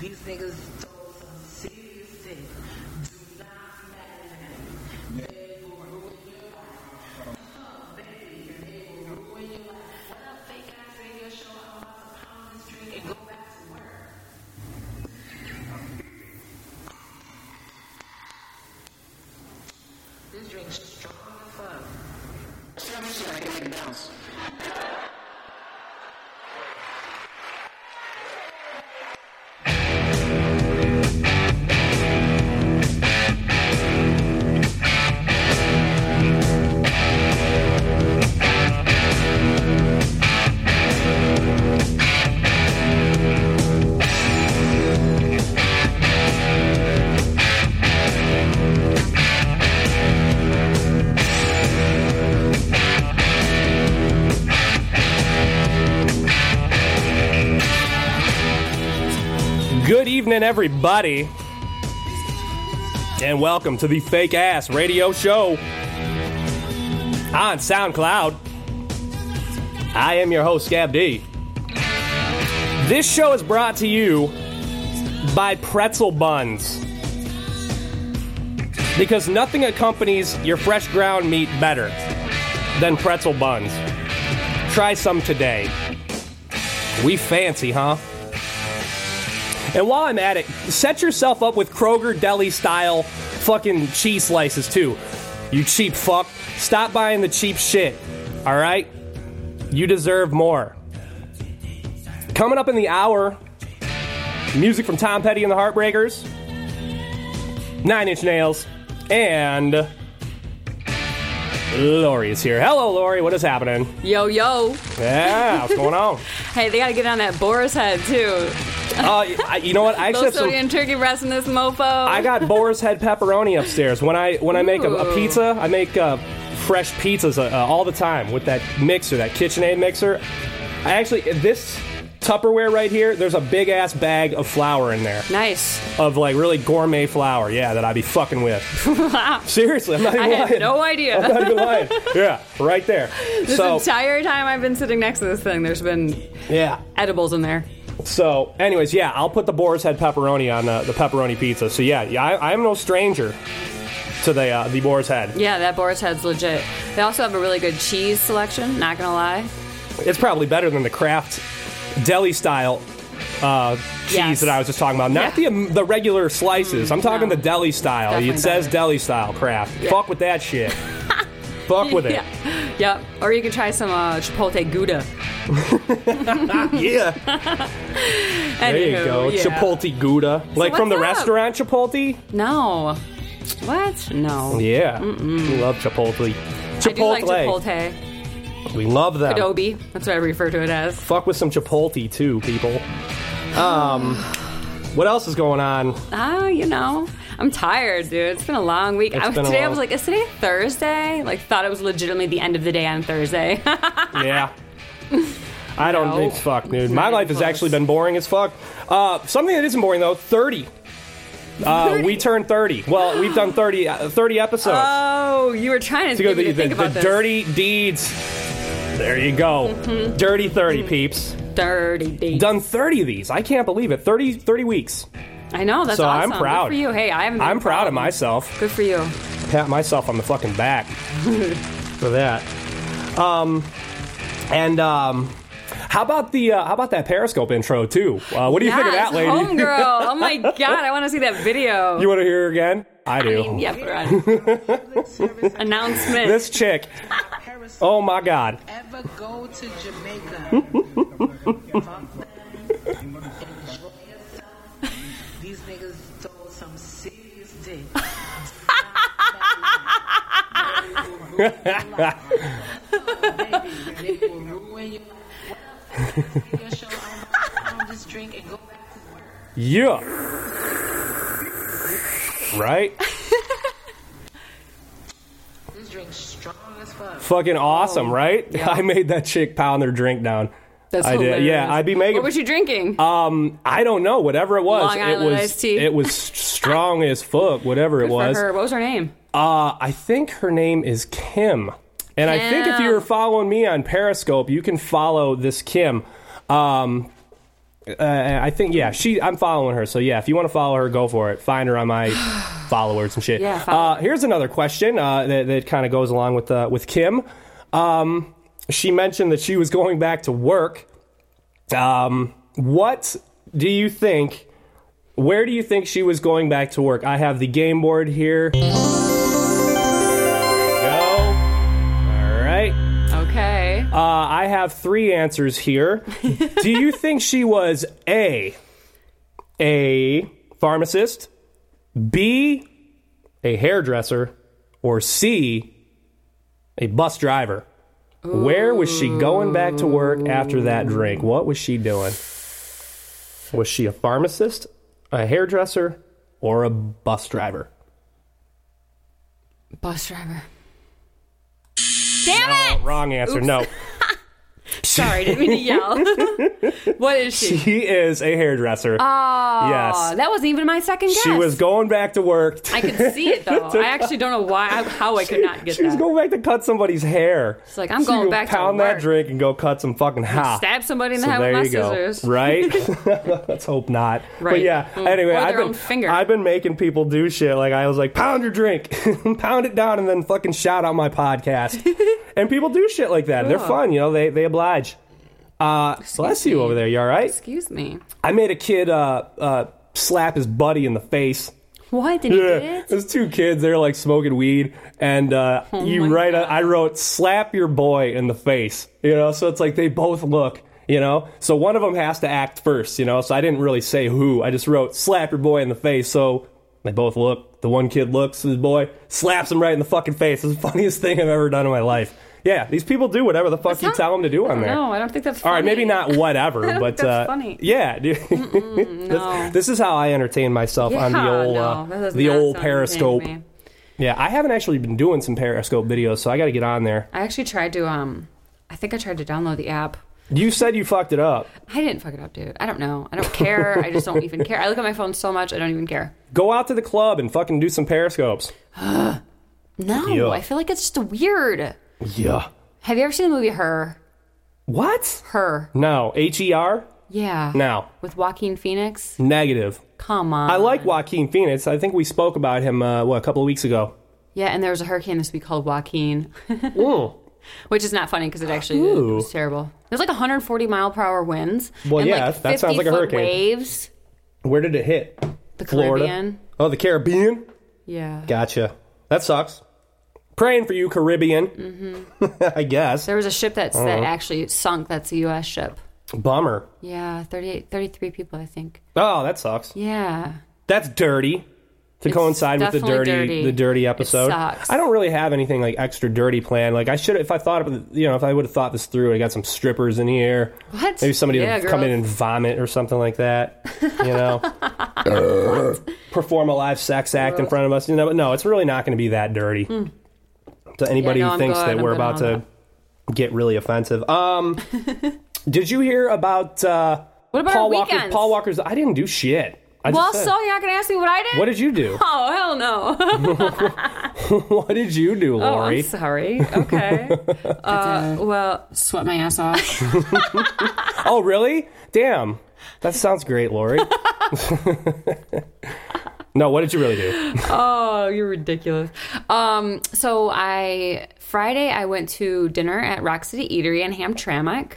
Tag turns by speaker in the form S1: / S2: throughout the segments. S1: These niggas told some serious things. Do not matter. They will ruin your life. Oh, baby, they will ruin your life. What up, fake ass radio show? I'm about to pound this drink and go back to work. This drink's strong as fuck. Tell me shit, I can make it bounce.
S2: Good evening, everybody, and welcome to the Fake Ass Radio Show on SoundCloud. I am your host, Scab D. This show is brought to you by Pretzel Buns because nothing accompanies your fresh ground meat better than pretzel buns. Try some today. We fancy, huh? And while I'm at it, set yourself up with Kroger deli style fucking cheese slices too. You cheap fuck. Stop buying the cheap shit. All right? You deserve more. Coming up in the hour, music from Tom Petty and the Heartbreakers, Nine Inch Nails, and Lori is here. Hello, Lori. What is happening?
S3: Yo, yo.
S2: Yeah, what's going on?
S3: Hey, they gotta get on that boar's head too.
S2: Uh, I, you know what? I actually
S3: Low
S2: have some
S3: sodium turkey breast in this mofo.
S2: I got boar's head pepperoni upstairs. When I when I make a, a
S3: Ooh.
S2: pizza, I make uh, fresh pizzas uh, uh, all the time with that mixer, that KitchenAid mixer. I actually this Tupperware right here. There's a big ass bag of flour in there,
S3: nice.
S2: of like really gourmet flour. Yeah, that I'd be fucking with. Seriously, I'm not even
S3: I
S2: lying.
S3: had no idea.
S2: I'm not even lying. Yeah, right there.
S3: This
S2: so
S3: entire time I've been sitting next to this thing, there's been
S2: yeah.
S3: edibles in there.
S2: So, anyways, yeah, I'll put the boar's head pepperoni on uh, the pepperoni pizza. So yeah, yeah, I, I'm no stranger to the uh, the boar's head.
S3: Yeah, that boar's head's legit. They also have a really good cheese selection. Not gonna lie.
S2: It's probably better than the craft deli style uh, cheese
S3: Yes.
S2: that I was just talking about. Not
S3: Yeah. Mm,
S2: the um, the regular slices. I'm talking
S3: no.
S2: the deli style. it
S3: Definitely
S2: says
S3: better.
S2: deli style craft.
S3: Yeah.
S2: Fuck with that shit. Fuck with it.
S3: Yeah. Yep. Or you could try some uh, chipotle gouda.
S2: Yeah. There you
S3: Anywho,
S2: go.
S3: yeah.
S2: Chipotle Gouda. like from the
S3: what's up?
S2: restaurant Chipotle?
S3: No. What? No.
S2: Yeah. We love Chipotle. Chipotle.
S3: I do like chipotle.
S2: We love them.
S3: Adobe. That's what I refer to it as.
S2: Fuck with some Chipotle too, people. Um, what else is going on?
S3: Ah, you know, I'm tired, dude. It's been a long week. I,
S2: been a
S3: today I
S2: long-
S3: was like, is today Thursday? Like, thought it was legitimately the end of the day on Thursday.
S2: Yeah. I don't
S3: No.
S2: think it's fuck, dude. My
S3: Not even
S2: life has
S3: close.
S2: actually been boring as fuck. Uh, something that isn't boring though, 30. Uh, We turned 30. Well, we've done 30, uh, 30 episodes.
S3: oh, you were trying to,
S2: to go
S3: get me
S2: the,
S3: to think
S2: the,
S3: about
S2: the
S3: this.
S2: dirty deeds. There you go.
S3: Mm-hmm.
S2: Dirty 30 peeps.
S3: dirty deeds.
S2: Done 30 of these. I can't believe it. 30 30 weeks.
S3: I know that's
S2: So I'm
S3: awesome. Good
S2: proud.
S3: for you. Hey, I haven't.
S2: I'm proud of myself.
S3: Good for you.
S2: Pat myself on the fucking back for that. Um and um how about the uh, how about that Periscope intro too? Uh, what do you think of that,
S3: Yes,
S2: lady?
S3: homegirl. Oh my god, I want to see that video.
S2: You want to hear her again? I do.
S3: I mean, yeah, put it on. announcement.
S2: This chick. Oh my God.
S1: Ever go to Jamaica? Fuck them. Enjoy yourself. These niggas told some serious dick. Do not matter. They will ruin your life. Oh, baby, they will ruin your life. What up, fake ass radio show? I'm about to pound this drink and go back to work.
S2: Yeah. Right?
S1: This drink's strong as fuck.
S2: Fucking awesome, right?
S3: Oh, Yeah.
S2: I made that chick pound their drink down.
S3: That's
S2: I did.
S3: hilarious.
S2: Yeah, I'd be making.
S3: What was you drinking?
S2: um, I don't know. Whatever it was,
S3: Long
S2: it
S3: Island
S2: was
S3: iced tea.
S2: it was strong as fuck. Whatever it
S3: For
S2: was.
S3: her. What was her name?
S2: Uh, I think her name is Kim. And I think if you
S3: Kim.
S2: were following me on Periscope, you can follow this Kim. Um, uh, I think yeah, she. I'm following her, so yeah. If you want to follow her, go for it. Find her on my followers and shit.
S3: Yeah, follow
S2: Uh, here's another question uh, that, that kind of goes along with uh, with Kim. Um, she mentioned that she was going back to work. Um, what do you think? Where do you think she was going back to work? I have the game board here. Go. All right.
S3: Okay.
S2: Uh, I have three answers here. do you think she was A, a pharmacist, B, a hairdresser, or C, a bus driver? Where was she going back to work after that drink? What was she doing? Was she a pharmacist, a hairdresser, or a bus driver?
S3: Bus driver. Damn it!
S2: Wrong answer. No.
S3: Sorry, didn't mean to yell. what is she?
S2: He is a hairdresser. Oh,
S3: Aw,
S2: yes.
S3: that wasn't even my second guess.
S2: She was going back to work.
S3: Ah, I could see it though. I actually don't know why, how I could not get
S2: She's
S3: that.
S2: going back to cut somebody's hair. It's
S3: like, I'm going back to
S2: pound that
S3: work.
S2: drink and go cut some fucking ha.
S3: Stab somebody in the
S2: so
S3: head
S2: there
S3: with my
S2: you go.
S3: scissors.
S2: Right? Let's hope not. But
S3: Right.
S2: yeah.
S3: Mm.
S2: Anyway,
S3: Or
S2: I've
S3: their
S2: been
S3: own finger.
S2: I've been making people do shit. Like I was like, pound your drink, pound it down, and then fucking shout out my podcast. and people do shit like that. They're
S3: Cool.
S2: fun, you know. They they oblige. Uh, bless you
S3: me.
S2: over there. You all right?
S3: Excuse me.
S2: I made a kid uh, uh, slap his buddy in the face.
S3: What? Did he
S2: Yeah,
S3: get it?
S2: there's two kids. They're like smoking weed, and uh, you
S3: my
S2: write. A,
S3: God.
S2: I wrote "slap your boy in the face." You know, so it's like they both look. You know, so one of them has to act first. You know, so I didn't really say who. I just wrote "slap your boy in the face." So they both look. The one kid looks at his boy, slaps him right in the fucking face. It's the funniest thing I've ever done in my life. Yeah, these people do whatever the fuck you
S3: not-
S2: tell them to do on there.
S3: No, I don't think that's.
S2: All
S3: Funny.
S2: right, maybe not whatever,
S3: don't
S2: but
S3: think
S2: uh,
S3: that's funny.
S2: yeah, dude.
S3: no.
S2: this, this is how I entertain myself on the
S3: Yeah,
S2: old
S3: no, that
S2: uh,
S3: does
S2: the
S3: not
S2: old
S3: sound entertaining
S2: Periscope.
S3: to me.
S2: Yeah, I haven't actually been doing some Periscope videos, so I got to get on there.
S3: I actually tried to. Um, I think I tried to download the app.
S2: You said you fucked it up.
S3: I didn't fuck it up, dude. I don't know. I don't care. I just don't even care. I look at my phone so much. I don't even care.
S2: Go out to the club and fucking do some Periscopes.
S3: No,
S2: Yeah.
S3: I feel like it's just weird.
S2: Yeah.
S3: Have you ever seen the movie Her?
S2: What?
S3: Her.
S2: No. H E R.
S3: Yeah.
S2: No.
S3: With Joaquin Phoenix.
S2: Negative.
S3: Come on.
S2: I like Joaquin Phoenix. I think we spoke about him uh, what a couple of weeks ago.
S3: Yeah, and there was a hurricane this week called Joaquin,
S2: Mm.
S3: which is not funny because it actually it was terrible. There's like 140 mile per hour winds.
S2: Well,
S3: and
S2: yeah,
S3: like
S2: that sounds like a
S3: 50-foot
S2: hurricane.
S3: Waves.
S2: Where did it hit?
S3: The
S2: Florida.
S3: Caribbean.
S2: Oh, the Caribbean.
S3: Yeah.
S2: Gotcha. That sucks. Praying for you, Caribbean. I guess.
S3: There was a ship that's
S2: Uh-huh.
S3: that actually sunk. That's a U.S. ship.
S2: Bummer.
S3: Yeah, 38, 33 people, I think.
S2: Oh, that sucks.
S3: Yeah.
S2: That's dirty. To
S3: It's
S2: coincide with the
S3: definitely
S2: dirty,
S3: dirty.
S2: the dirty
S3: It
S2: episode.
S3: sucks.
S2: I don't really have anything like extra dirty planned. Like I should, if I thought, of, you know, if I would have thought this through, I got some strippers in here.
S3: What?
S2: Maybe somebody
S3: Yeah,
S2: would come in
S3: girl.
S2: and vomit or something like that. You know, perform a live sex act in front of us. You know, but no, it's really not going to be that dirty. To anybody
S3: Hmm. Yeah, no,
S2: who
S3: I'm
S2: thinks
S3: good.
S2: that
S3: I'm
S2: we're
S3: good
S2: about
S3: on
S2: to get really offensive. Um, did you hear about uh,
S3: What about
S2: Paul
S3: our
S2: Walker?
S3: weekends?
S2: Paul Walker's. I didn't do shit. I
S3: Well,
S2: just said-
S3: so you're not going to ask me what I did?
S2: What did you do?
S3: Oh, hell no.
S2: What did you do,
S3: Oh, I'm
S2: Lori?
S3: sorry. Okay. uh, well,
S4: sweat my ass off.
S2: oh, really? Damn. That sounds great, Lori. no, what did you really do?
S3: oh, you're ridiculous. Um, so I Friday I went to dinner at Rock City Eatery in Hamtramck.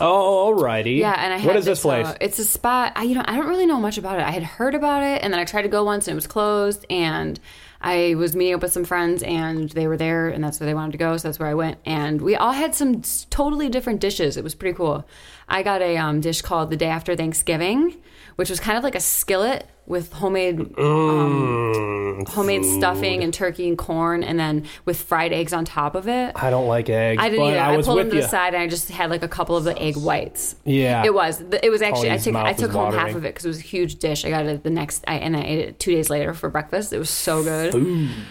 S2: Oh, alrighty.
S3: Yeah, and I had
S2: What is this
S3: uh,
S2: place?
S3: it's a spot. I you know I don't really know much about it. I had heard about it, and then I tried to go once, and it was closed. And I was meeting up with some friends, and they were there, and that's where they wanted to go, so that's where I went. And we all had some s- totally different dishes. It was pretty cool. I got a um, dish called the day after Thanksgiving, which was kind of like a skillet with homemade um,
S2: Mm,
S3: homemade stuffing and turkey and corn, and then with fried eggs on top of it.
S2: I don't like eggs.
S3: I didn't
S2: but
S3: either.
S2: I
S3: I,
S2: was
S3: pulled
S2: with
S3: them to
S2: you.
S3: the side and I just had like a couple of the egg whites.
S2: Yeah.
S3: It was. Th- It was actually.
S2: Tony's
S3: I took. I
S2: mouth
S3: took
S2: is
S3: home half
S2: watering.
S3: of it because it was a huge dish. I got it the next. I and I ate it two days later for breakfast. It was so good.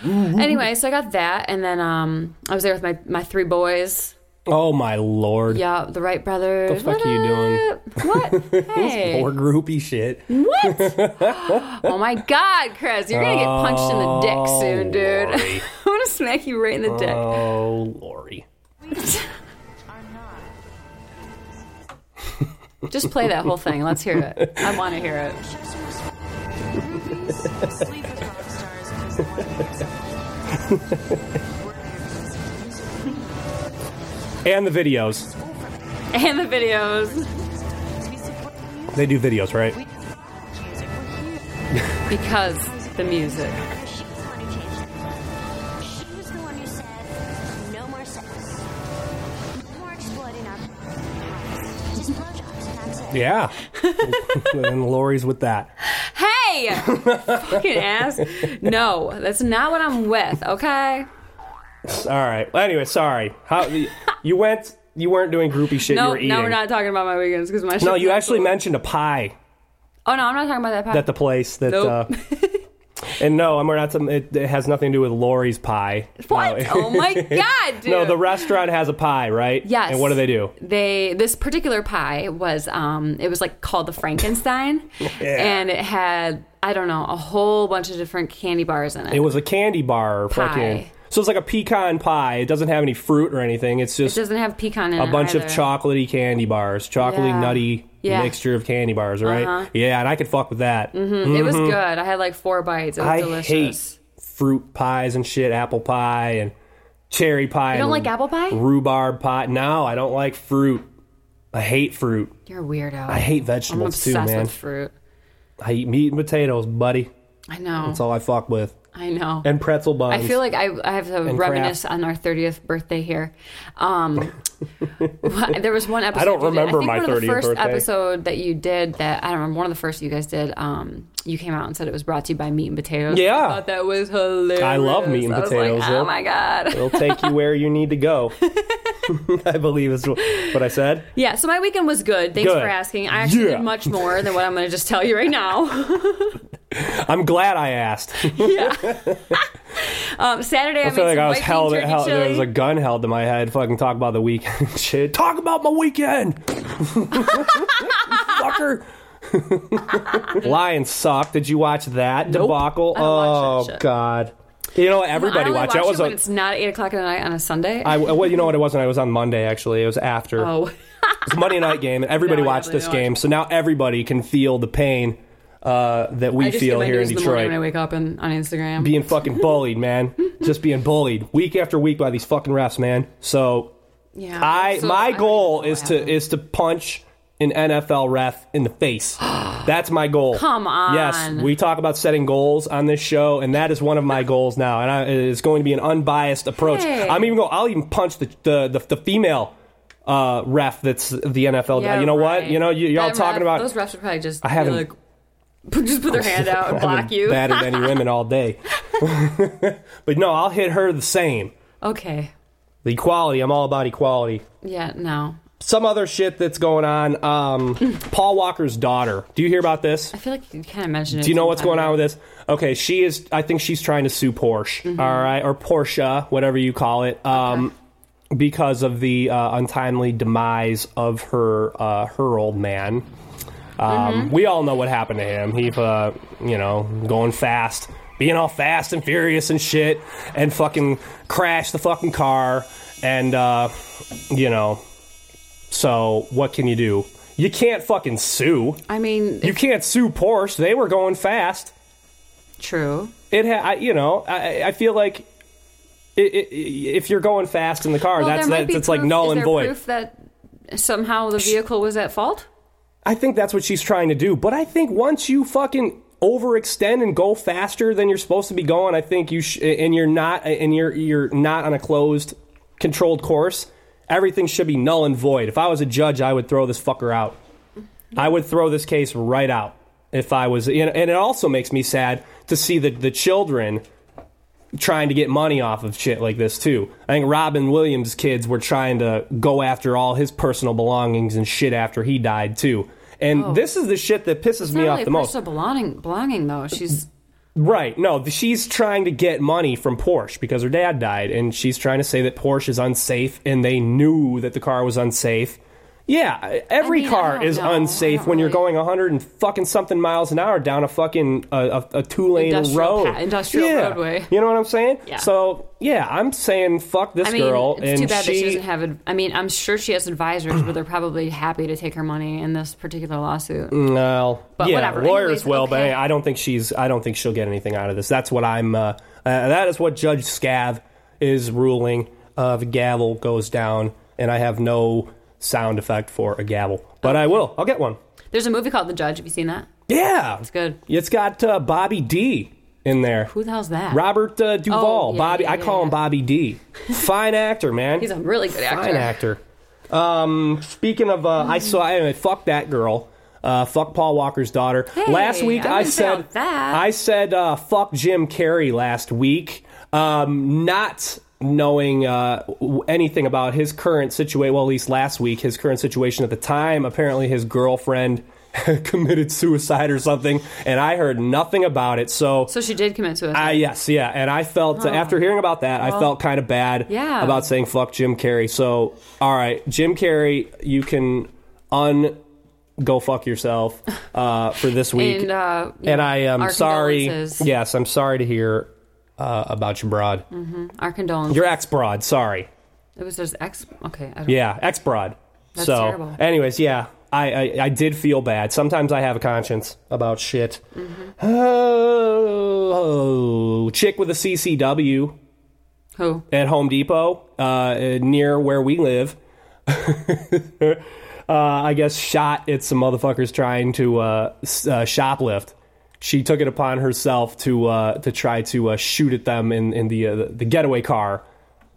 S3: Anyway, so I got that, and then um, I was there with my my three boys.
S2: Oh my lord.
S3: Yeah, the Wright brothers.
S2: The fuck are you doing?
S3: What? Hey.
S2: More groupie shit.
S3: What? oh my God, Chris, you're gonna
S2: Oh,
S3: get punched in the dick soon, dude. I'm gonna smack you right in the dick.
S2: Oh, Lori.
S3: Just play that whole thing. Let's hear it. I want to hear it.
S2: And the videos.
S3: And the videos.
S2: They do videos, right?
S3: Because the music.
S4: She was the one who changed it. She was the one who said, no more sex. No more exploiting our past. Just blowjobs, and that's it.
S2: Yeah. and Lori's with that.
S3: Hey! Fucking ass. No, that's not what I'm with, okay?
S2: All right. Well, anyway, sorry. How you went? You weren't doing groupie shit. you
S3: No,
S2: were eating.
S3: no, we're not talking about my weekends because my
S2: No,
S3: shit's
S2: you
S3: not
S2: actually
S3: cool.
S2: mentioned a pie
S3: Oh, no, I'm not talking about that. Pie.
S2: at the place that.
S3: Nope.
S2: Uh, and no, I'm not. It, it has nothing to do with Lori's pie.
S3: What?
S2: No.
S3: Oh my god, dude.
S2: No, the restaurant has a pie, right?
S3: Yes.
S2: And what do they do?
S3: They this particular pie was um it was like called the Frankenstein and it had I don't know a whole bunch of different candy bars in it.
S2: It was a candy bar, or
S3: Pie.
S2: fucking. So it's like a pecan pie. It doesn't have any fruit or anything. It's
S3: it
S2: just
S3: doesn't have pecan in
S2: a
S3: it.
S2: bunch of
S3: either.
S2: chocolatey candy bars, chocolatey
S3: Yeah.
S2: nutty
S3: Yeah. Uh-huh. Mm-hmm.
S2: mixture of candy bars, right? Yeah, and I could fuck with that.
S3: It was good. I had like four bites. It was
S2: Mm-hmm. I
S3: delicious.
S2: hate fruit pies and shit, apple pie and cherry pie.
S3: You
S2: and
S3: don't like apple pie?
S2: Rhubarb pie. No, I don't like fruit. I hate fruit.
S3: You're a weirdo.
S2: I hate
S3: I'm
S2: vegetables too,
S3: obsessed
S2: man.
S3: with fruit.
S2: I eat meat and potatoes, buddy.
S3: I know.
S2: That's all I fuck with.
S3: I know.
S2: And pretzel buns.
S3: I feel like I, I have to
S2: And
S3: reminisce
S2: craft.
S3: on our 30th birthday here. Um, wh- there was one episode.
S2: I don't
S3: you did-
S2: remember
S3: I think
S2: my
S3: one of the
S2: 30th
S3: first
S2: birthday.
S3: episode that you did that I don't remember. One of the first you guys did. Um, you came out and said it was brought to you by meat and potatoes.
S2: Yeah.
S3: I thought that was hilarious.
S2: I love meat and
S3: I was
S2: potatoes,
S3: Like,
S2: yeah.
S3: oh my god.
S2: it'll take you where you need to go. I believe is what I said.
S3: Yeah. So my weekend was good. Thanks
S2: Good.
S3: for asking. I actually
S2: Yeah.
S3: did much more than what I'm going to just tell you right now.
S2: I'm glad I asked. I
S3: Um, Saturday I, made
S2: feel like
S3: some
S2: I was
S3: white bean
S2: held.
S3: turkey
S2: held there
S3: chili.
S2: was a gun held to my head. Fucking talk about the weekend. shit. Talk about my weekend. Fucker. Lions suck. Did you watch that debacle?
S3: I don't
S2: oh
S3: watch that shit.
S2: god. You know what?
S3: No, I
S2: Everybody
S3: only
S2: watched.
S3: watch
S2: That was
S3: it
S2: a.
S3: when it's not eight o'clock at night on a Sunday.
S2: I, well, you know what it wasn't. I was on Monday actually. It was after.
S3: oh.
S2: It's a Monday night game, and everybody
S3: No, I
S2: watched this
S3: definitely
S2: game. So now everybody can feel the pain uh, that we
S3: I just get
S2: feel
S3: my
S2: here in
S3: news the morning
S2: Detroit.
S3: when I wake up and on Instagram.
S2: being fucking bullied, man. Just being bullied week after week by these fucking refs, man. So
S3: yeah,
S2: I
S3: So
S2: my
S3: don't
S2: goal
S3: even know
S2: is
S3: what
S2: to
S3: happened.
S2: is to punch an NFL ref in the face. That's my goal.
S3: Come on.
S2: Yes, we talk about setting goals on this show, and that is one of my goals now. And I, it's going to be an unbiased approach.
S3: Hey.
S2: I'm even going. I'll even punch the the the, the female. Uh, ref, that's the NFL.
S3: Yeah,
S2: you know
S3: right.
S2: what? You know, you, y'all
S3: That
S2: talking about
S3: ref- those refs would probably just
S2: I haven't-
S3: be like, put- just put their hand out and
S2: I haven't
S3: block you.
S2: batted any women all day. but no, I'll hit her the same.
S3: okay,
S2: The equality. I'm all about equality.
S3: yeah, no,
S2: Some other shit that's going on. Um, Paul Walker's daughter. Do you hear about this?
S3: I feel like you kind of mentioned it.
S2: Do you know what's going on with this? Okay, she is. I think she's trying to sue Porsche. all right, or Porsche, whatever you call it. Um, because of the uh, untimely demise of her uh, her old man. Um, We all know what happened to him. He, uh, you know, going fast, being all fast and furious and shit, and fucking crashed the fucking car, and uh, you know. So what can you do? You can't fucking sue.
S3: I mean,
S2: You
S3: it's
S2: can't sue Porsche. They were going fast
S3: true.
S2: it ha- I, you know I, I feel like i i if you're going fast in the car
S3: Well,
S2: that's
S3: there might
S2: that's
S3: be
S2: it's like
S3: proof-
S2: null
S3: is
S2: and
S3: there
S2: void
S3: Proof that somehow the vehicle was at fault.
S2: i think that's what she's trying to do but i think once you fucking overextend and go faster than you're supposed to be going i think you sh- and you're not and you're you're not on a closed controlled course everything should be null and void if i was a judge i would throw this fucker out I would throw this case right out if I was. And, and it also makes me sad to see the, the children trying to get money off of shit like this too. I think Robin Williams' kids were trying to go after all his personal belongings and shit after he died too. And this is the shit that pisses
S3: Oh. It's
S2: me
S3: not
S2: off
S3: really
S2: the most.
S3: personal belonging, belonging though. She's
S2: Right. No, th- she's trying to get money from Porsche because her dad died, and she's trying to say that Porsche is unsafe, and they knew that the car was unsafe. Yeah, e, every
S3: I mean, I
S2: car
S3: don't
S2: is
S3: know. I
S2: unsafe
S3: don't
S2: when you're
S3: really-
S2: going 100 and fucking something miles an hour down a fucking uh, a, a two lane
S3: Industrial
S2: road,
S3: pa- industrial
S2: Yeah.
S3: roadway.
S2: You know what I'm saying?
S3: Yeah.
S2: So yeah, I'm saying fuck this
S3: I mean,
S2: girl,
S3: it's
S2: and
S3: too bad
S2: she,
S3: that she doesn't have. Ad- I mean, I'm sure she has advisors, but they're probably happy to take her money in this particular lawsuit.
S2: Mm. Well,
S3: But
S2: yeah,
S3: whatever.
S2: lawyers
S3: Anyways,
S2: will, but
S3: okay.
S2: I don't think she's. I don't think she'll get anything out of this. That's what I'm. Uh, uh, that is what Judge Scav is ruling. Uh, the gavel goes down, and I have no sound effect for a gavel, but I will. I'll get one.
S3: There's a movie called The Judge. Have you seen that?
S2: Yeah, it's
S3: good.
S2: It's got uh, Bobby D in there.
S3: Who the hell's that?
S2: Robert uh, Duvall.
S3: yeah,
S2: Bobby.
S3: yeah,
S2: I
S3: yeah,
S2: call him
S3: yeah.
S2: Bobby D. Fine actor, man.
S3: He's a really good actor.
S2: Fine actor. Um, speaking of, uh, I saw. Anyway, fuck that girl. Uh, fuck Paul Walker's daughter.
S3: Hey,
S2: last week
S3: I
S2: I,
S3: wouldn't say all
S2: said
S3: that.
S2: I said uh, fuck Jim Carrey last week. Um, not knowing uh, w- anything about his current situation. Well, at least last week, his current situation at the time. Apparently, his girlfriend committed suicide or something, and I heard nothing about it. So
S3: So she did commit suicide.
S2: I, Ah, yes, yeah, and I felt after hearing about that, I felt kind of bad
S3: yeah.
S2: about saying fuck Jim Carrey. So, all right, Jim Carrey, you can un go fuck yourself uh, for this week.
S3: And, uh,
S2: And I am
S3: our
S2: sorry.
S3: condolences. Mm-hmm.
S2: Yes, I'm sorry to hear uh, about your broad,
S3: Our condolences.
S2: your ex broad. Sorry,
S3: it was his ex. Okay. I don't
S2: yeah, ex broad.
S3: That's
S2: so,
S3: terrible.
S2: anyways, yeah. I, I, I did feel bad. Sometimes I have a conscience about shit.
S3: Mm-hmm.
S2: Oh, chick with a CCW
S3: Who?
S2: at Home Depot uh, near where we live. uh, I guess shot at some motherfuckers trying to uh, s- uh, shoplift. She took it upon herself to uh, to try to uh, shoot at them in in the uh, the getaway car.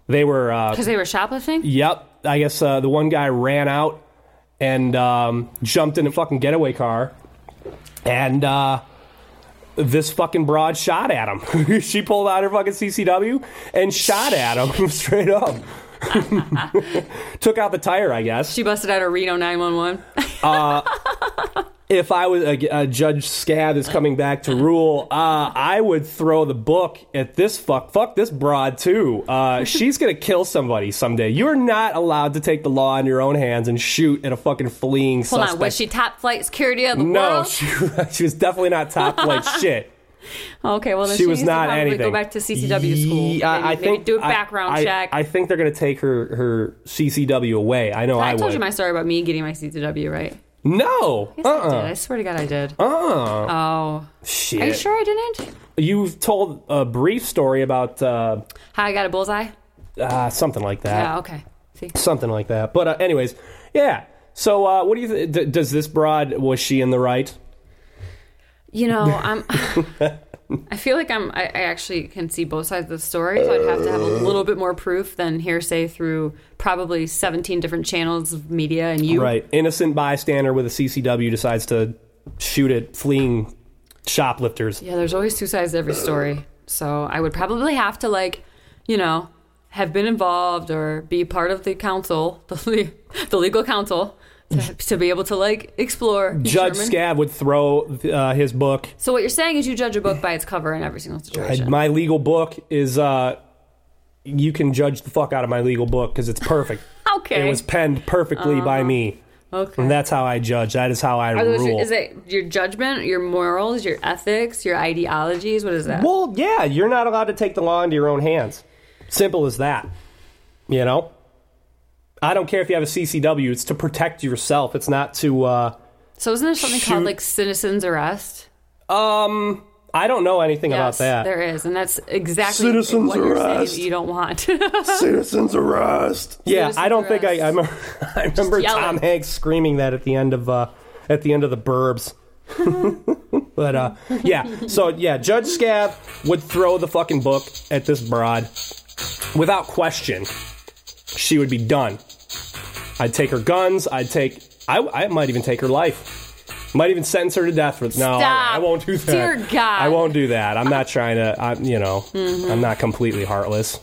S2: They were uh,
S3: Because they were shoplifting.
S2: Yep. I guess uh, the one guy ran out and um, jumped in a fucking getaway car, and uh, this fucking broad shot at him. she pulled out her fucking CCW and shot at him straight up. Took out the tire, I guess.
S3: She busted out a Reno 911.
S2: If I was uh, uh, Judge Scab is coming back to rule, uh, I would throw the book at this fuck. Fuck this broad too. Uh, she's gonna kill somebody someday. You're not allowed to take the law in your own hands and shoot at a fucking fleeing
S3: Hold
S2: suspect.
S3: on. Was she top flight security of the
S2: No,
S3: world?
S2: she, she was definitely not top like shit.
S3: okay. Well, then
S2: She,
S3: she,
S2: was
S3: needs to
S2: not
S3: probably
S2: anything.
S3: Go back to CCW school.
S2: Yeah, I, I
S3: Maybe- maybe
S2: think
S3: do a
S2: I-
S3: background
S2: I-
S3: check.
S2: I, think they're gonna take her her CCW away. I know I,
S3: I told
S2: would.
S3: you my story about me getting my CCW right.
S2: no,
S3: Yes, I did.
S2: uh,
S3: I swear to God, I did.
S2: uh, uh,
S3: Oh,
S2: shit.
S3: are you sure I didn't?
S2: You've told a brief story about uh,
S3: How I got a bullseye?
S2: uh, something like that.
S3: Yeah. Okay. See.
S2: something like that. But uh, anyways, yeah. So uh, what do you th- d- does this broad was she in the right?
S3: You know, I'm. I feel like I'm. I, I actually can see both sides of the story, so I'd have to have a little bit more proof than hearsay through probably 17 different channels of media and you.
S2: Right, innocent bystander with a CCW decides to shoot at fleeing shoplifters.
S3: Yeah, there's always two sides to every story, so I would probably have to like, you know, have been involved or be part of the council, the le- the legal council, to, to be able to like explore.
S2: Judge
S3: determine-
S2: Scab would throw uh, his book.
S3: So what you're saying is you judge a book by its cover in every single
S2: I-
S3: situation.
S2: my legal book is. Uh, you can judge the fuck out of my legal book because it's perfect.
S3: okay. Uh-huh.
S2: It was penned perfectly by me.
S3: okay.
S2: And that's how I judge. That is how I
S3: Are those
S2: rule.
S3: your, is it your judgment, your morals, your ethics, your ideologies? What is that?
S2: Well, yeah, you're not allowed to take the law into your own hands. Simple as that. You know? I don't care if you have a CCW, it's to protect yourself. It's not to uh
S3: so isn't there something
S2: shoot.
S3: called like citizens arrest?
S2: um I don't know anything
S3: Yes,
S2: about that.
S3: there is, and that's exactly
S2: Citizens
S3: what you're saying
S2: arrest.
S3: you don't want.
S2: Citizens arrest. Yeah,
S3: Citizens
S2: I don't think I I,
S3: arrest.
S2: remember- I remember
S3: yell
S2: Tom
S3: it.
S2: Hanks screaming that at the end of uh at the end of the burbs. but uh yeah, so yeah, Judge Scab would throw the fucking book at this broad without question. She would be done. I'd take her guns. I'd take. I, I might even take her life. Might even sentence her to death. With, no,
S3: Stop.
S2: I won't do that.
S3: Dear God.
S2: I won't do that. I'm not trying to. I'm you know. I'm not completely heartless.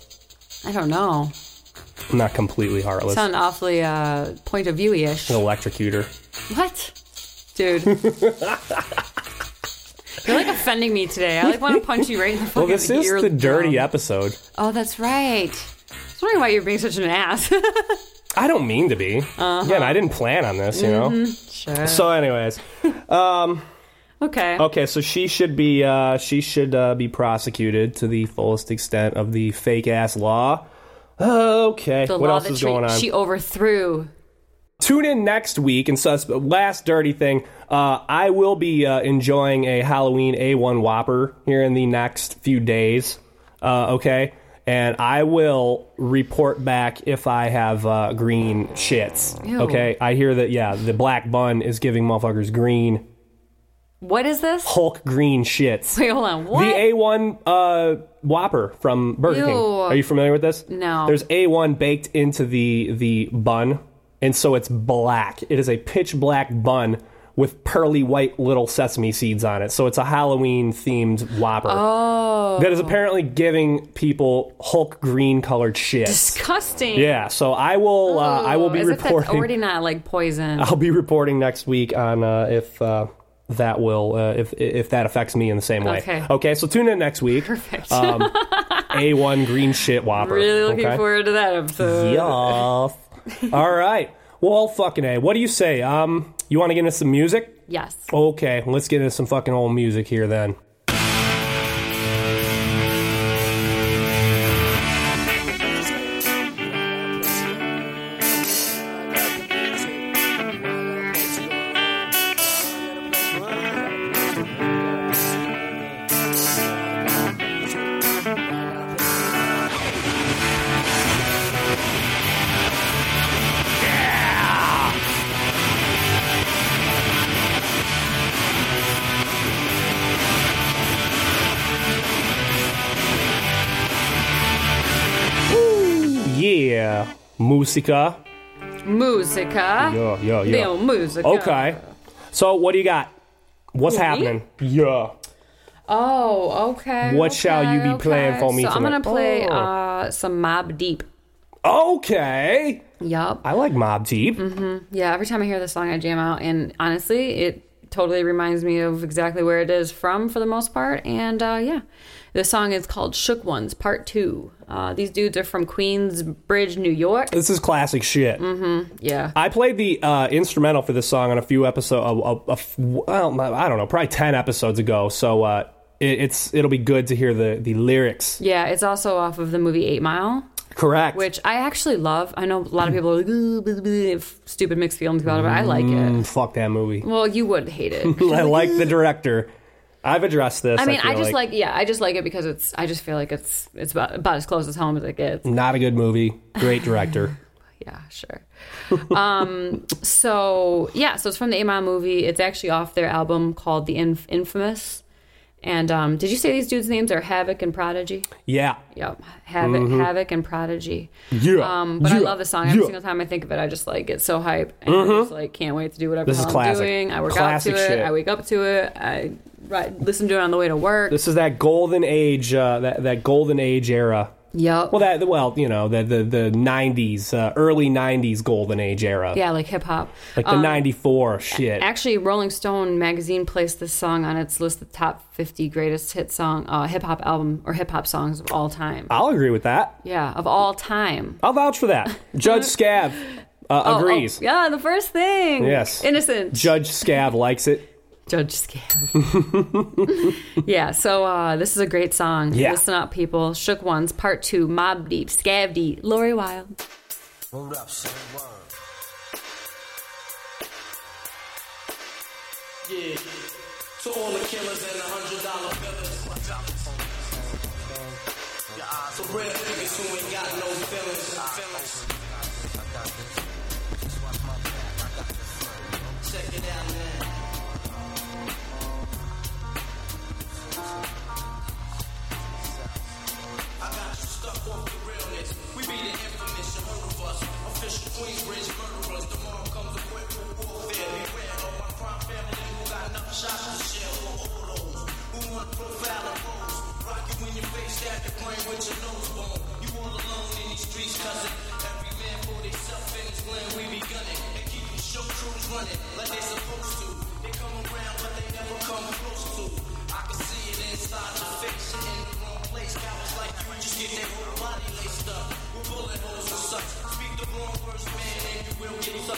S3: I don't know.
S2: I'm not completely heartless.
S3: Sound awfully uh, point of view ish.
S2: An electrocutor.
S3: What, dude? you're like offending me today. I like want to punch you right in the fucking
S2: Well, this is
S3: ear
S2: the dirty
S3: drum.
S2: episode.
S3: Oh, that's right. I was wondering why you're being such an ass.
S2: I don't mean to be.
S3: Uh-huh.
S2: Again, I didn't plan on this, you know.
S3: Sure.
S2: So, anyways,
S3: okay.
S2: okay. So she should be uh, she should uh, be prosecuted to the fullest extent of the fake ass law. Okay,
S3: The
S2: what
S3: law
S2: else
S3: that
S2: is
S3: she,
S2: going on?
S3: she overthrew.
S2: Tune in next week and sus. Last dirty thing. Uh, I will be uh, enjoying a Halloween A1 Whopper here in the next few days. Uh, okay, and I will report back if I have uh, green shits.
S3: Ew.
S2: Okay, I hear that. Yeah, the black bun is giving motherfuckers green
S3: What is this?
S2: Hulk green shits.
S3: Wait, hold on. What?
S2: The A1 uh, Whopper from Burger King.
S3: Ew.
S2: Are you familiar with this?
S3: No.
S2: There's A1 baked into the the bun, and so it's black. It is a pitch black bun with pearly white little sesame seeds on it. So it's a Halloween themed Whopper. Oh. That is apparently giving people Hulk green colored shit.
S3: Disgusting. Oh,
S2: Yeah, so I will uh, I will be
S3: As If that's
S2: reporting Oh,
S3: already not like poison.
S2: I'll be reporting next week on uh, if uh, that will uh, if if that affects me in the same way.
S3: Okay.
S2: so tune in next week. Um,
S3: Perfect.
S2: A one green shit whopper.
S3: really looking
S2: okay?
S3: forward to that episode.
S2: Yuff. All right. Well, fucking a. What do you say? Um, you want to get into some music?
S3: Yes.
S2: Okay, let's get into some fucking old music here then. Yeah, musica.
S3: Musica.
S2: Yeah, yeah, yeah.
S3: Leo Musica.
S2: Okay. So what do you got? What's
S3: Me?
S2: happening? Yeah.
S3: Oh, okay.
S2: What shall
S3: okay,
S2: you be playing
S3: okay.
S2: for me
S3: So I'm
S2: tonight?
S3: gonna play
S2: Oh.
S3: uh, some Mob Deep.
S2: Okay.
S3: Yup.
S2: I like Mob Deep.
S3: Yeah, every time I hear this song, I jam out, and honestly, it totally reminds me of exactly where it is from for the most part. And uh, yeah, this song is called "Shook Ones" Part Two. Uh, these dudes are from Queensbridge, New York.
S2: This is classic shit.
S3: Yeah,
S2: I played the uh, instrumental for this song on a few episodes, a, a f- well, I don't know, probably ten episodes ago. So uh, it, it's it'll be good to hear the the lyrics.
S3: yeah. It's also off of the movie Eight Mile,
S2: Correct.
S3: which I actually love. I know a lot of people are like, "Ooh, blah, blah, blah," f- stupid mixed feelings about it, but I like it.
S2: Mm, fuck that movie.
S3: Well, you would hate it.
S2: I like the director. I've addressed this.
S3: I mean, I,
S2: feel
S3: just like. yeah, I just like it because it's. I just feel like it's it's about, about as close as home as it gets.
S2: not a good movie. Great director.
S3: Yeah, sure. um, so yeah, so it's from the Amon movie. It's actually off their album called The Inf- Infamous. And um, did you say these dudes' names are Havoc and Prodigy?
S2: yeah.
S3: Yep, Havoc, Havoc and Prodigy.
S2: Mm-hmm. Yeah.
S3: Um, but I
S2: Yeah.
S3: love the song. Every
S2: Yeah. Mm-hmm.
S3: single time I think of it, I just like get so hype and I just like can't wait to do whatever
S2: This
S3: the
S2: is
S3: hell
S2: classic.
S3: I'm doing. I work
S2: Classic
S3: out to it.
S2: shit.
S3: I wake up to it. I right, listen to it on the way to work.
S2: This is that golden age. Uh, that that golden age era.
S3: yep.
S2: Well, that well, you know, the the the '90s, uh, early '90s golden age era.
S3: yeah, Um, like hip hop.
S2: Like the '94 shit.
S3: Actually, Rolling Stone magazine placed this song on its list of top 50 greatest hit song, uh, hip hop album or hip hop songs of all time.
S2: I'll agree with that.
S3: yeah, of all time.
S2: I'll vouch for that. Judge Scav uh,
S3: Oh,
S2: agrees.
S3: oh, yeah, the first thing.
S2: Yes.
S3: Innocent.
S2: Judge Scav likes it.
S3: Judge Scam. yeah, so uh, this is a great song.
S2: Yeah.
S3: Listen up, people. Shook Ones, Part 2, Mob Deep, Scav Deep, Lori Wild.
S5: Hold up, son. Word.
S6: Yeah. To all the killers and the hundred dollar billers. The real niggas who ain't got no feelings. feelings. Check it out now. I got you stuck off the realness. We be the infamous, you heard of us. Official Queensbridge murderers. Tomorrow comes equipped with warfare. Beware of my crime family who got enough shots to share with all those who want profile and pose. Rock you in your face, stab your brain with your nose bone. You all alone in these streets, cousin. Every man for himself in his lane. We be gunning and keep the show crews running like they supposed to. They come around, but they never come close to. I can see it inside your face in the wrong place. Cowards like you just get their whole body laced up with bullet holes and such. Speak the wrong words, man.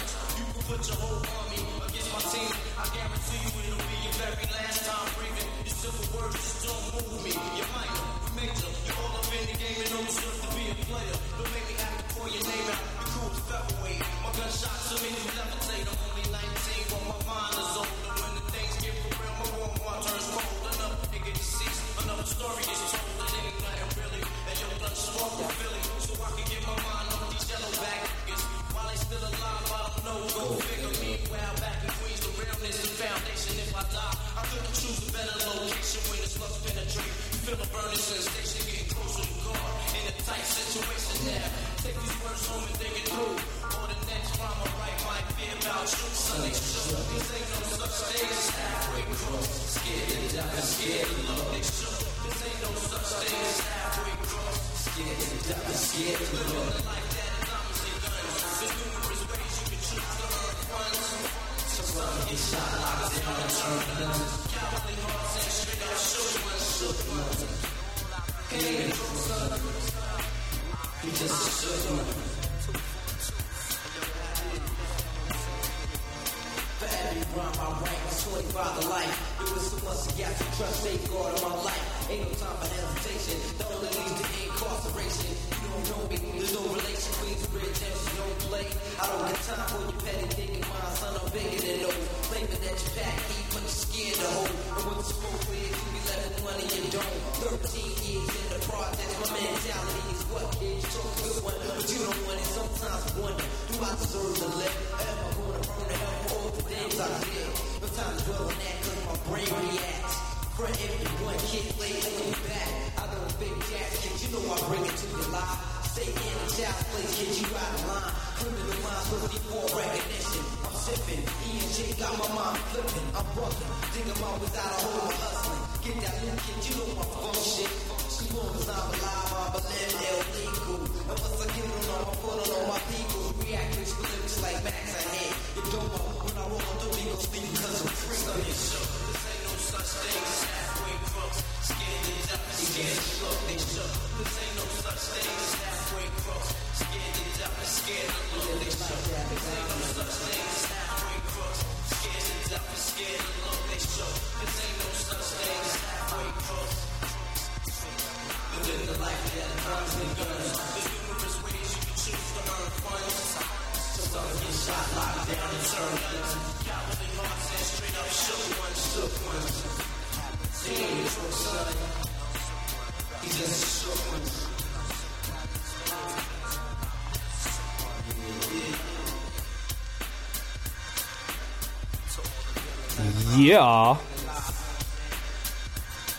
S2: Yeah.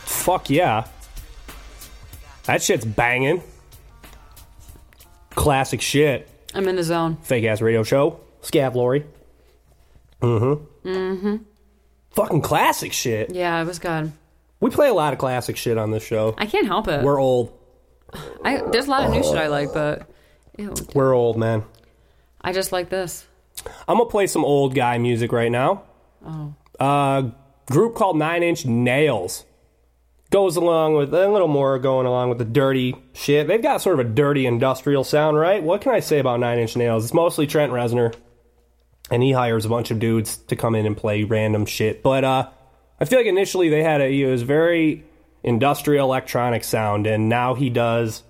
S2: Fuck yeah. That shit's banging. Classic shit.
S3: I'm in the zone.
S2: Fake ass radio show. Scav Lori. Mm hmm. Mm hmm.
S3: Mm-hmm.
S2: Fucking classic shit.
S3: Yeah, it was good.
S2: We play a lot of classic shit on this show.
S3: I can't help it.
S2: We're old.
S3: I, there's a lot of new shit I like, but ew,
S2: We're old, man.
S3: I just like this.
S2: I'm gonna play some old guy music right now. Oh. Uh, group called Nine Inch Nails goes along with a little more going along with the dirty shit. They've got sort of a dirty industrial sound, right? What can I say about Nine Inch Nails? It's mostly Trent Reznor, and he hires a bunch of dudes to come in and play random shit. But uh, I feel like initially they had a it was very industrial electronic sound, and now he does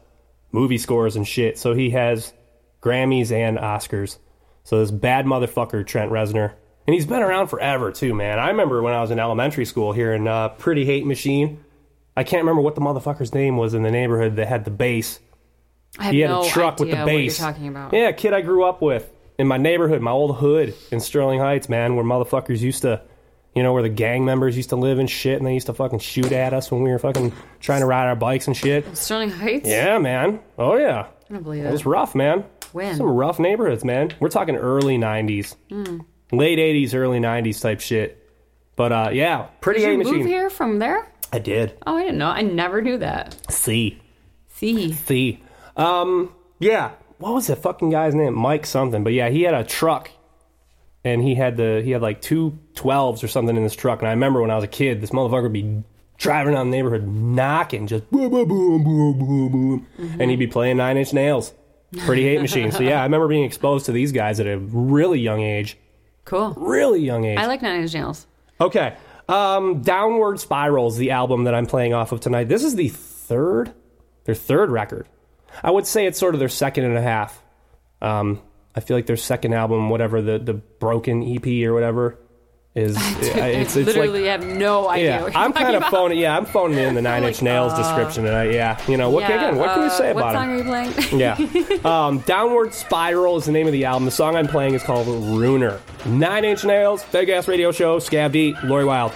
S2: movie scores and shit. So he has Grammys and Oscars. So this bad motherfucker, Trent Reznor. And he's been around forever, too, man. I remember when I was in elementary school here in uh, Pretty Hate Machine. I can't remember what the motherfucker's name was in the neighborhood that had the bass.
S3: I have
S2: He had
S3: no
S2: a truck with
S3: idea
S2: the
S3: what you're
S2: bass.
S3: talking about.
S2: Yeah, a kid I grew up with in my neighborhood, my old hood in Sterling Heights, man, where motherfuckers used to, you know, where the gang members used to live and shit, and they used to fucking shoot at us when we were fucking trying to ride our bikes and shit.
S3: Sterling Heights?
S2: Yeah, man. Oh, yeah.
S3: I don't believe
S2: It
S3: it.
S2: was rough, man.
S3: When?
S2: Some rough neighborhoods, man. We're talking early 90s.
S3: Hmm.
S2: Late 80s, early 90s type shit. But uh, yeah, pretty
S3: Did you
S2: hate
S3: move
S2: machine.
S3: here from there?
S2: I did.
S3: Oh, I didn't know. I never knew that.
S2: See.
S3: See,
S2: The um yeah, what was the fucking guy's name? Mike something. But yeah, he had a truck and he had the he had like two 12s or something in his truck and I remember when I was a kid, this motherfucker would be driving down the neighborhood knocking just boom boom boom boom boom boom and he'd be playing 9-inch nails. Pretty hate machine. So yeah, I remember being exposed to these guys at a really young age.
S3: cool.
S2: Really young age.
S3: I like Nine Inch Nails.
S2: Okay. Um, Downward Spirals, the album that I'm playing off of tonight. This is the third, their third record. I would say it's sort of their second and a half. Um, I feel like their second album, whatever the the Broken EP or whatever, is
S3: I
S2: it's, it's like
S3: literally have no idea.
S2: yeah.
S3: what you're
S2: I'm
S3: talking
S2: kind of
S3: about.
S2: phoning yeah I'm phoning in the Nine Inch Nails description and I, yeah you know what
S3: Yeah,
S2: again what can
S3: uh,
S2: you say
S3: what
S2: about it?
S3: song are you playing?
S2: Yeah. Um, Downward Spiral is the name of the album. The song I'm playing is called Runer. Nine Inch Nails, Big Ass Radio Show, Scab D, Lori Wild.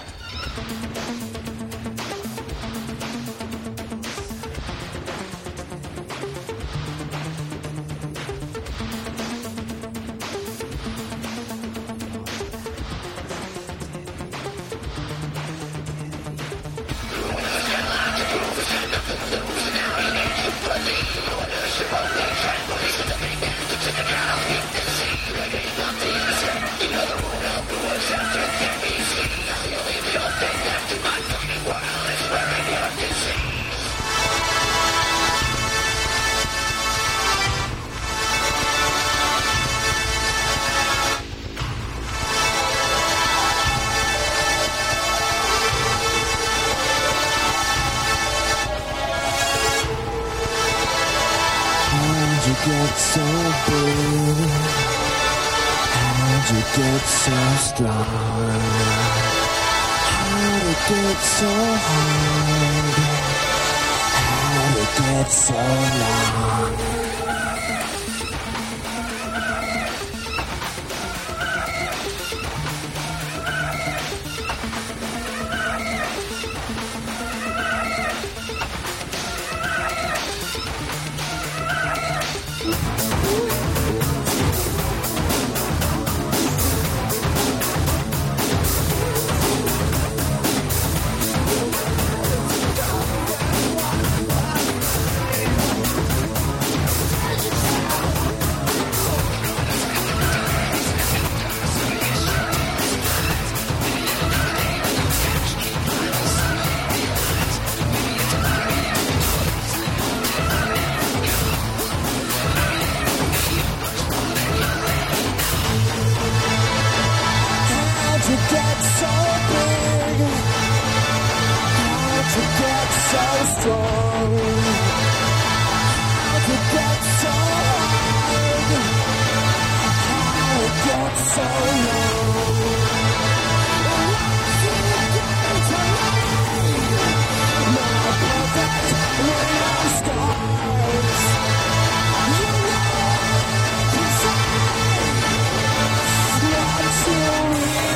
S5: you get so big? How'd you get so strong? How'd it get so hard? How'd it get so long? How'd you get so big? How'd you get so strong? How'd you get so hard? How'd it get so long? Why'd you get to me? My perfect little stars. You know I can say what you are.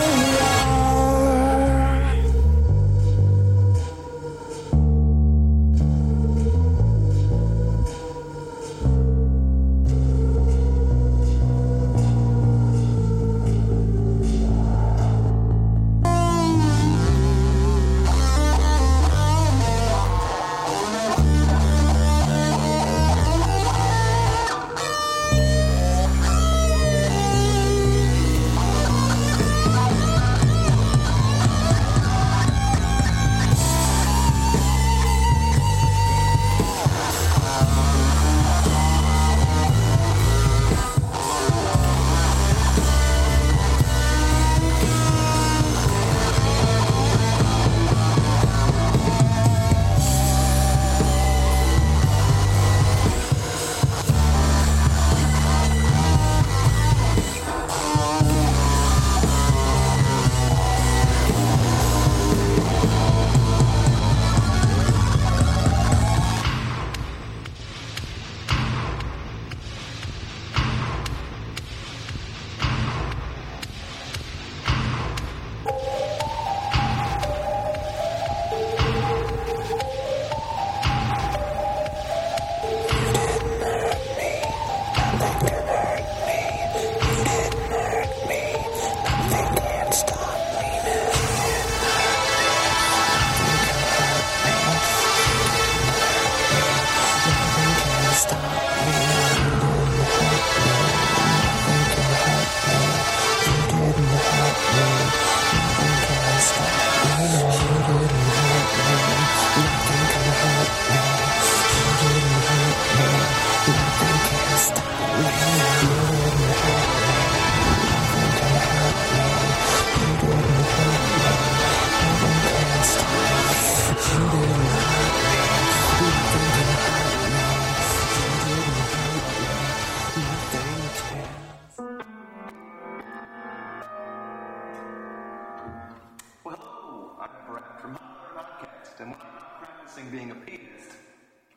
S7: Well, hello, I'm Brad from Hot Podcast, and when I'm not practicing being a pianist,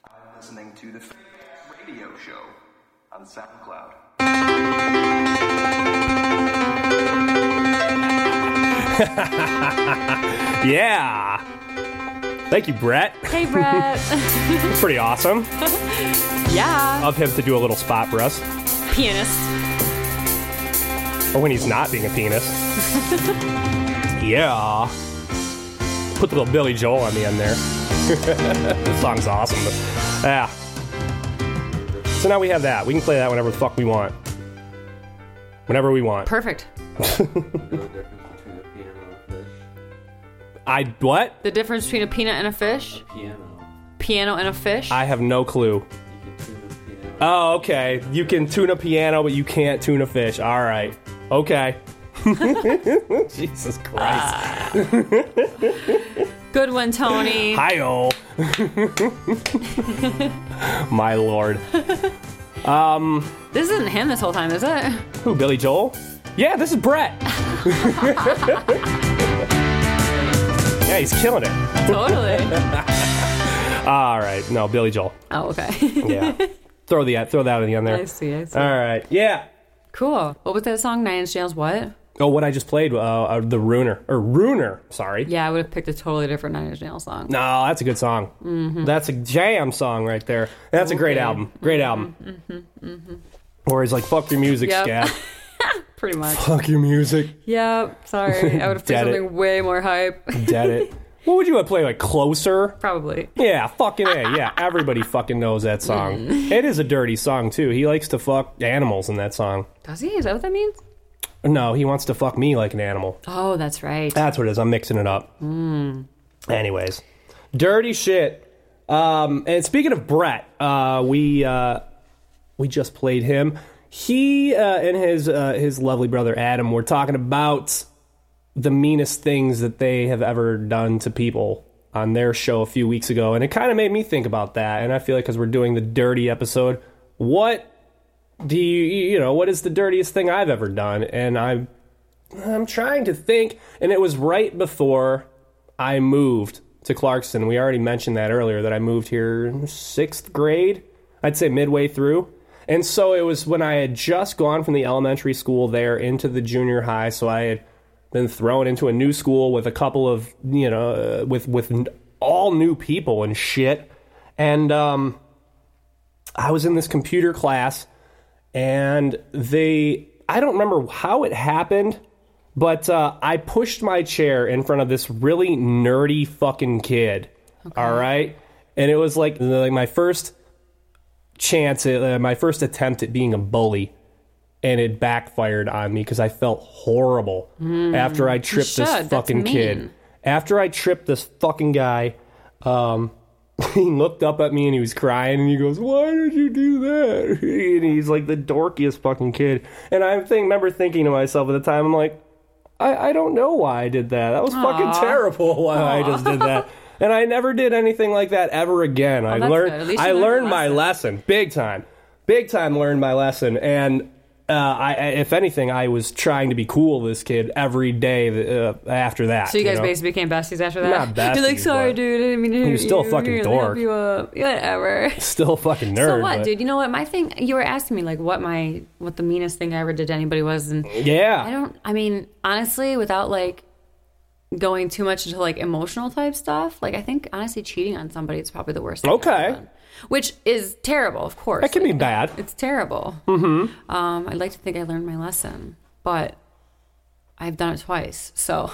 S7: I'm listening to the Fake Ass Radio Show on SoundCloud.
S2: Yeah. Thank you, Brett.
S3: Hey, Brett.
S2: It's pretty awesome
S3: yeah.
S2: of him to do a little spot for us,
S3: Pianist.
S2: or when he's not being a penis. yeah. Put the little Billy Joel on the end there. this song's awesome. But, yeah. So now we have that. We can play that whenever the fuck we want. Whenever we want.
S3: Perfect.
S8: No difference between a piano and a fish.
S2: I what?
S3: The difference between a peanut and a fish?
S8: Piano.
S3: Piano and a fish?
S2: I have no clue.
S8: You can tune a piano.
S2: Oh, okay. You can tune a piano, but you can't tune a fish. All right. Okay. Jesus Christ.
S3: Good one, Tony.
S2: Hi-oh. My lord.
S3: This isn't him this whole time, is it?
S2: Who, Billy Joel? Yeah, this is Brett. yeah, he's killing it.
S3: totally.
S2: All right, no, Billy Joel.
S3: Oh, okay.
S2: Yeah, throw the throw that in there.
S3: I see. I see.
S2: All right, yeah.
S3: Cool. What was that song? Nine Inch Nails. What?
S2: Oh, what I just played, uh, uh, the Runer or Runer. Sorry.
S3: Yeah, I would have picked a totally different Nine Inch Nails song.
S2: No, that's a good song. That's a jam song right there. That's a great
S3: Mm-hmm. Okay. Mm-hmm.
S2: album. Great album. Or he's like, "Fuck your music,
S3: Yep.
S2: scat.
S3: Pretty much.
S2: Fuck your music.
S3: Yep. Sorry, I would have picked
S2: Dead it.
S3: something way more hype.
S2: Dead it." What would you play like closer?
S3: Probably.
S2: Yeah, fucking A. Yeah, everybody fucking knows that song. It is a dirty song, too. He likes to fuck animals in that song.
S3: Does he? Is that what that means?
S2: No, he wants to fuck me like an animal.
S3: Oh, that's right.
S2: That's what it is. I'm mixing it up. Anyways, Mm. dirty shit. Um, and speaking of Brett, uh, we uh, we just played him. He uh, and his uh, his lovely brother Adam were talking about the meanest things that they have ever done to people on their show a few weeks ago, and it kind of made me think about that. And I feel like because we're doing the dirty episode, what do you you know what is the dirtiest thing I've ever done? And I'm I'm trying to think, and it was right before I moved to Clarkston. We already mentioned that earlier that I moved here in sixth grade, I'd say midway through. And so it was when I had just gone from the elementary school there into the junior high. So I had been thrown into a new school with a couple of, you know, uh, with, with n- all new people and shit. And um, I was in this computer class, and they, I don't remember how it happened. But uh, I pushed my chair in front of this really nerdy fucking kid. All right, and it was like like my first chance, at, uh, my first attempt at being a bully, and it backfired on me because I felt horrible after I tripped
S3: Hmm. should.
S2: this
S3: That's
S2: fucking kid.
S3: mean.
S2: After I tripped this fucking guy, um, he looked up at me and he was crying and he goes, "Why did you do that?" And he's like the dorkiest fucking kid. And I think remember thinking to myself at the time, I'm like, I, I don't know why I did that. That was fucking terrible. Why I just did that. And I never did anything like that ever again. I
S3: that's
S2: learned.
S3: good. At least you
S2: I
S3: learned your
S2: learned my lesson big time, big time. Learned my lesson, and uh, I, I- if anything, I was trying to be cool with this kid every day uh, after that.
S3: So you guys
S2: know?
S3: basically became besties after
S2: Not
S3: that.
S2: besties,
S3: You're like, sorry,
S2: but-
S3: dude. I didn't mean to. hurt
S2: still a fucking
S3: Here, let me help
S2: dork.
S3: You up. Whatever.
S2: still a fucking nerd.
S3: so what,
S2: but-
S3: dude? You know what? My thing. You were asking me like what my what the meanest thing I ever did to anybody was, and
S2: Yeah.
S3: I don't. I mean, honestly, without like going too much into like emotional type stuff, like I think honestly, cheating on somebody is probably the worst. Thing I've ever
S2: Okay.
S3: done. Which is terrible, of course.
S2: That can be bad.
S3: It's terrible. Mm-hmm. Um, I'd like to think I learned my lesson, but I've done it twice. So,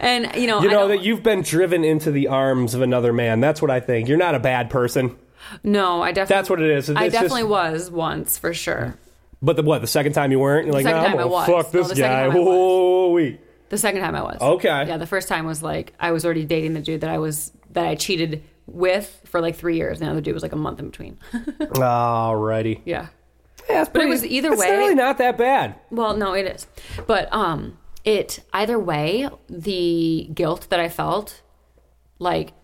S3: and you know,
S2: You
S3: I
S2: know
S3: don't-
S2: that you've been driven into the arms of another man. That's what I think. You're not a bad person.
S3: no, I definitely
S2: That's what it is.
S3: I
S2: It's just-
S3: definitely was once for sure.
S2: But the, what? The second time you weren't, you're like,
S3: second
S2: nah, I'm
S3: time I
S2: gonna
S3: was.
S2: fuck
S3: No,
S2: this
S3: the second
S2: guy.
S3: time I was.
S2: Holy.
S3: The second time I was.
S2: Okay.
S3: Yeah, the first time was like I was already dating the dude that I was that I cheated with for like three years. Now the dude was like a month in between.
S2: Alrighty.
S3: yeah.
S2: Yeah, it's
S3: it
S2: pretty,
S3: was either
S2: it's
S3: way-
S2: really not that bad.
S3: Well, no, it is. But um it either way, the guilt that I felt, like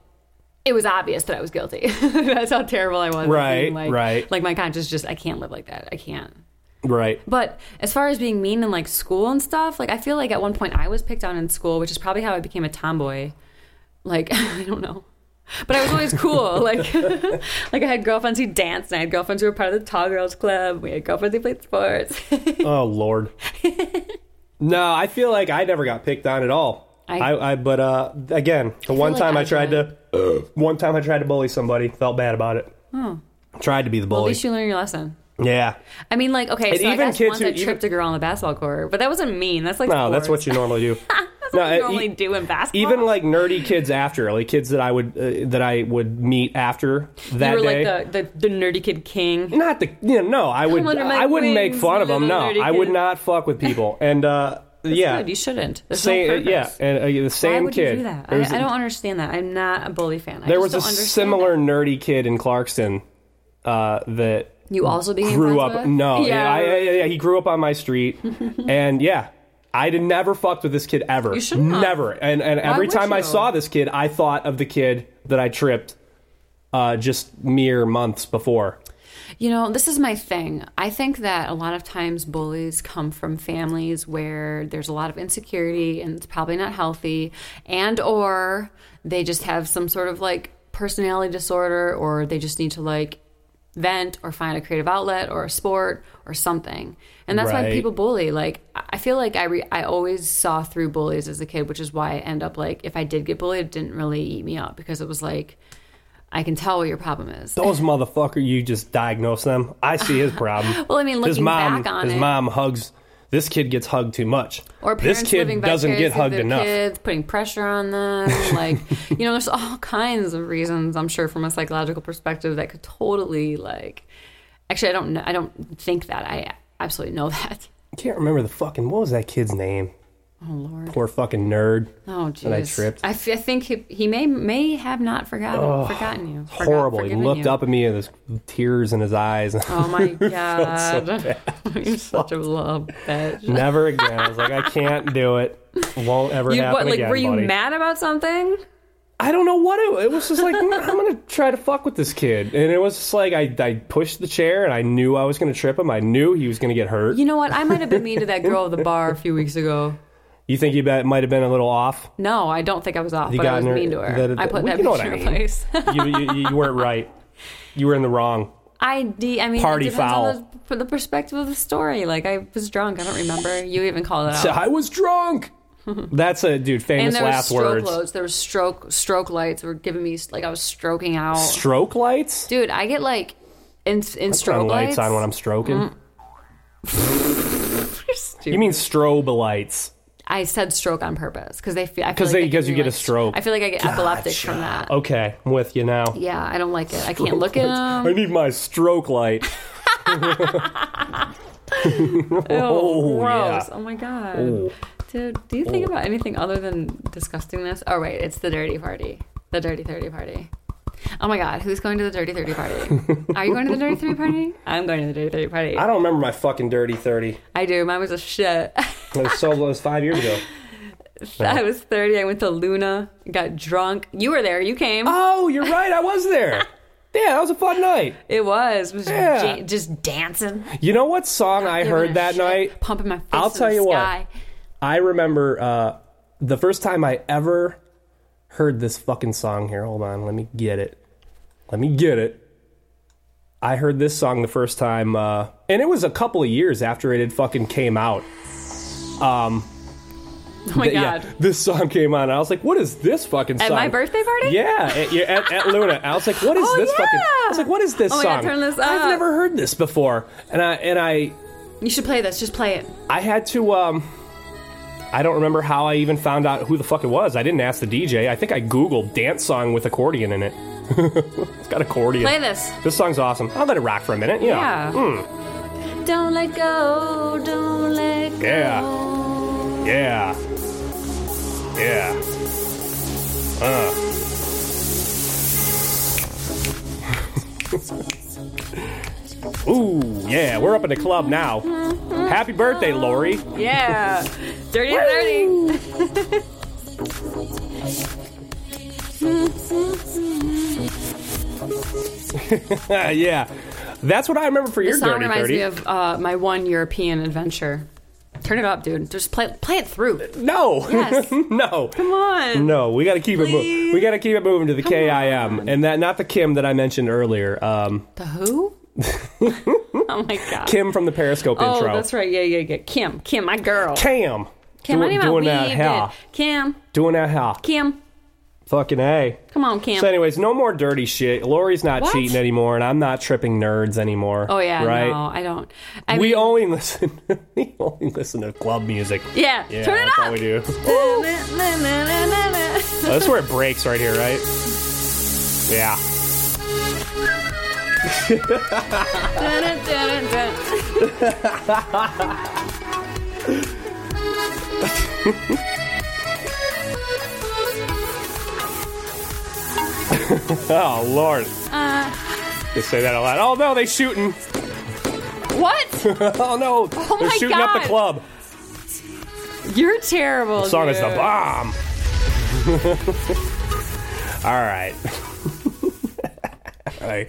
S3: it was obvious that I was guilty. That's how terrible I was. at being,
S2: Right,
S3: like,
S2: right.
S3: Like my conscience just I can't live like that. I can't.
S2: Right.
S3: But as far as being mean in like school and stuff, like I feel like at one point I was picked on in school, which is probably how I became a tomboy. Like I don't know. But I was always cool. Like, like I had girlfriends who danced, and I had girlfriends who were part of the tall girls club. We had girlfriends who played sports.
S2: Oh Lord. no, I feel like I never got picked on at all.
S3: I-
S2: I, I but uh again, the one
S3: like
S2: time I,
S3: I
S2: tried to one time I tried to bully somebody, felt bad about it. Tried to be the
S3: At
S2: bully.
S3: least you learn your lesson.
S2: yeah.
S3: I mean, like, okay,
S2: And
S3: so I
S2: even
S3: guess
S2: kids
S3: once
S2: who
S3: I
S2: even-
S3: tripped a girl on the basketball court, but that wasn't mean. That's like
S2: No, that's what you normally do. no,
S3: you
S2: it-
S3: normally
S2: e-
S3: do in basketball.
S2: even like nerdy kids after, like kids that I would uh, that I would meet after that
S3: you were
S2: day.
S3: like the, the the nerdy kid king.
S2: not the you know, no i would
S3: under my
S2: i wouldn't make
S3: wings,
S2: fun of
S3: you
S2: them no
S3: little nerdy
S2: i would
S3: kid.
S2: not fuck with people and uh yeah
S3: Good, you shouldn't. There's
S2: same
S3: no
S2: uh,
S3: purpose.
S2: yeah and uh, the
S3: Why
S2: same
S3: would
S2: kid
S3: you do that? I,
S2: There was-
S3: I don't understand that. I'm not a bully fan. I
S2: there
S3: just
S2: was a
S3: don't understand
S2: similar
S3: that.
S2: nerdy kid in clarkston uh that
S3: You also became
S2: grew
S3: friends
S2: up
S3: with?
S2: no yeah.
S3: yeah.
S2: I, I, yeah he grew up on my street and yeah I did never fucked with this kid ever.
S3: You shouldn't have.
S2: Never. And and every
S3: would
S2: time I
S3: you?
S2: saw this kid, I thought of the kid that I tripped uh, just mere months before.
S3: You know, this is my thing. I think that a lot of times bullies come from families where there's a lot of insecurity and it's probably not healthy and or they just have some sort of like personality disorder or they just need to like vent or find a creative outlet or a sport or something. And that's why
S2: Right.
S3: people bully. Like I I feel like I re- I always saw through bullies as a kid, which is why I end up like if I did get bullied, it didn't really eat me up because it was like I can tell what your problem is.
S2: Those motherfucker, you just diagnose them. I see his problem.
S3: Well, I mean,
S2: his
S3: looking
S2: mom,
S3: back on
S2: his
S3: it-
S2: mom hugs. This kid gets hugged too much.
S3: Or parents
S2: this kid
S3: living
S2: doesn't get
S3: vicariously
S2: hugged
S3: through
S2: enough.
S3: their Kids, putting pressure on them, like you know, there's all kinds of reasons. I'm sure from a psychological perspective that could totally like. Actually, I don't know. I don't think that. I absolutely know that.
S2: Can't remember the fucking what was that kid's name?
S3: Oh Lord.
S2: Poor fucking nerd.
S3: Oh jeez.
S2: I tripped.
S3: I, f- I think he, he may may have not forgotten forgotten you. Forgot-
S2: Horrible. He
S3: forgiven
S2: looked
S3: you.
S2: up at me and there's tears in his eyes.
S3: Oh my god. You're such a little bitch.
S2: Never again. I was like, I can't do it. Won't ever
S3: You,
S2: happen
S3: what, like,
S2: again,
S3: were you
S2: buddy.
S3: mad about something?
S2: I don't know what it, it was. Just like "Mm, I'm gonna try to fuck with this kid, and it was just like I, I pushed the chair, and I knew I was gonna trip him. I knew he was gonna get hurt.
S3: You know what? I might have been mean to that girl at the bar a few weeks ago.
S2: You think he bet, might have been a little off?
S3: No, I don't think I was off,
S2: You
S3: but I was
S2: in her-
S3: mean to her.
S2: that-
S3: I put
S2: well,
S3: that
S2: you know what
S3: picture
S2: I
S3: in
S2: mean.
S3: place.
S2: you, you, you weren't right. You were in the wrong.
S3: I, de- I mean,
S2: Party
S3: it depends
S2: foul.
S3: on the, from the perspective of the story. Like, I was drunk. I don't remember. You even called it out.
S2: So I was drunk. That's a dude.
S3: Oh. and
S2: Famous
S3: there was
S2: last
S3: stroke
S2: words.
S3: loads. There was stroke stroke lights were giving me like I was stroking out.
S2: Stroke lights.
S3: Dude, I get like in in
S2: Turn
S3: strobe
S2: lights
S3: lights.
S2: on when I'm stroking.
S3: Stupid.
S2: You mean strobe lights?
S3: I said stroke on purpose because they feel
S2: 'Cause
S3: because like
S2: they-
S3: it
S2: 'cause
S3: can
S2: you get
S3: like-
S2: a stroke.
S3: I feel like I get epileptic from that.
S2: Okay, I'm with you now.
S3: Yeah, I don't like it. I can't look at
S2: I
S3: them.
S2: need my stroke light.
S3: Oh,
S2: Oh,
S3: gross!
S2: yeah. Oh.
S3: Oh my god, dude. Do you think about anything other than disgustingness? Oh wait, it's the dirty party, the dirty thirty party. Oh my god, who's going to the dirty thirty party? Are you going to the dirty thirty party? I'm going to the dirty thirty party.
S2: I don't remember my fucking dirty thirty.
S3: I do. Mine was a shit.
S2: It was so it was five years ago.
S3: I was thirty. I went to Luna, got drunk. You were there. You came.
S2: Oh, you're right. I was there. Yeah, that was a fun night.
S3: It was. It was
S2: Yeah.
S3: ja- just dancing.
S2: You know what song I
S3: giving a
S2: heard that
S3: shit,
S2: night?
S3: Pumping my fist
S2: I'll
S3: in
S2: tell
S3: the
S2: you what.
S3: sky.
S2: I remember uh, the first time I ever heard this fucking song here. Hold on, let me get it. Let me get it. I heard this song the first time, uh, and it was a couple of years after it had fucking came out.
S3: Oh my
S2: Th- yeah,
S3: god.
S2: this song came on. And I was like, "What is this fucking
S3: At
S2: song?"
S3: my birthday party?
S2: Yeah, at, yeah, at, at Luna. I was like, "What is
S3: Oh,
S2: this fucking?" I
S3: yeah.
S2: was like, "What is this
S3: Oh my God,
S2: song?"
S3: turn this
S2: I've
S3: up.
S2: never heard this before, and I and I
S3: You should play this. Just play it.
S2: I had to. um I don't remember how I even found out who the fuck it was. I didn't ask the DJ. I think I googled dance song with accordion in it. it's got accordion.
S3: Play this.
S2: This song's awesome. I'll let it rock for a minute. You know.
S3: Yeah. Don't let go. Don't let go.
S2: Yeah. Yeah. Yeah. Uh. Ooh, yeah, we're up in the club now.
S3: Mm-hmm.
S2: Happy birthday, Lori.
S3: Yeah. Dirty and dirty.
S2: yeah. That's what I remember for your
S3: This song
S2: dirty
S3: reminds
S2: 30.
S3: me of uh, my one European adventure. Turn it up, dude. Just play play it through.
S2: no.
S3: Yes.
S2: no.
S3: Come on.
S2: No, we got to keep it moving. We got to keep it moving to the KIM and that not the Kim that I mentioned earlier. Um,
S3: The who? oh my god.
S2: Kim from the Periscope
S3: Oh,
S2: intro.
S3: that's right. Yeah, yeah, yeah. Kim. Kim, my girl.
S2: Cam.
S3: Kim, I
S2: doing,
S3: need my
S2: doing that
S3: weed,
S2: how?
S3: dude. Kim.
S2: Doing that how?
S3: Kim.
S2: Fucking a.
S3: Come on, Kim.
S2: So, anyways, no more dirty shit. Lori's not
S3: What?
S2: cheating anymore, and I'm not tripping nerds anymore.
S3: Oh yeah,
S2: right.
S3: no, I don't. I
S2: we
S3: mean,
S2: only listen. we only listen to club music.
S3: yeah,
S2: Yeah,
S3: turn it
S2: that's
S3: up.
S2: all we do.
S3: Woo!
S2: That's where it breaks right here, right? Yeah. Oh Lord. They say that a lot. Oh no, they shooting.
S3: what?
S2: Oh no, they're
S3: my
S2: shooting up
S3: God. Oh,
S2: the club.
S3: You're terrible.
S2: The song is the
S3: dude.
S2: bomb. All right. Hey,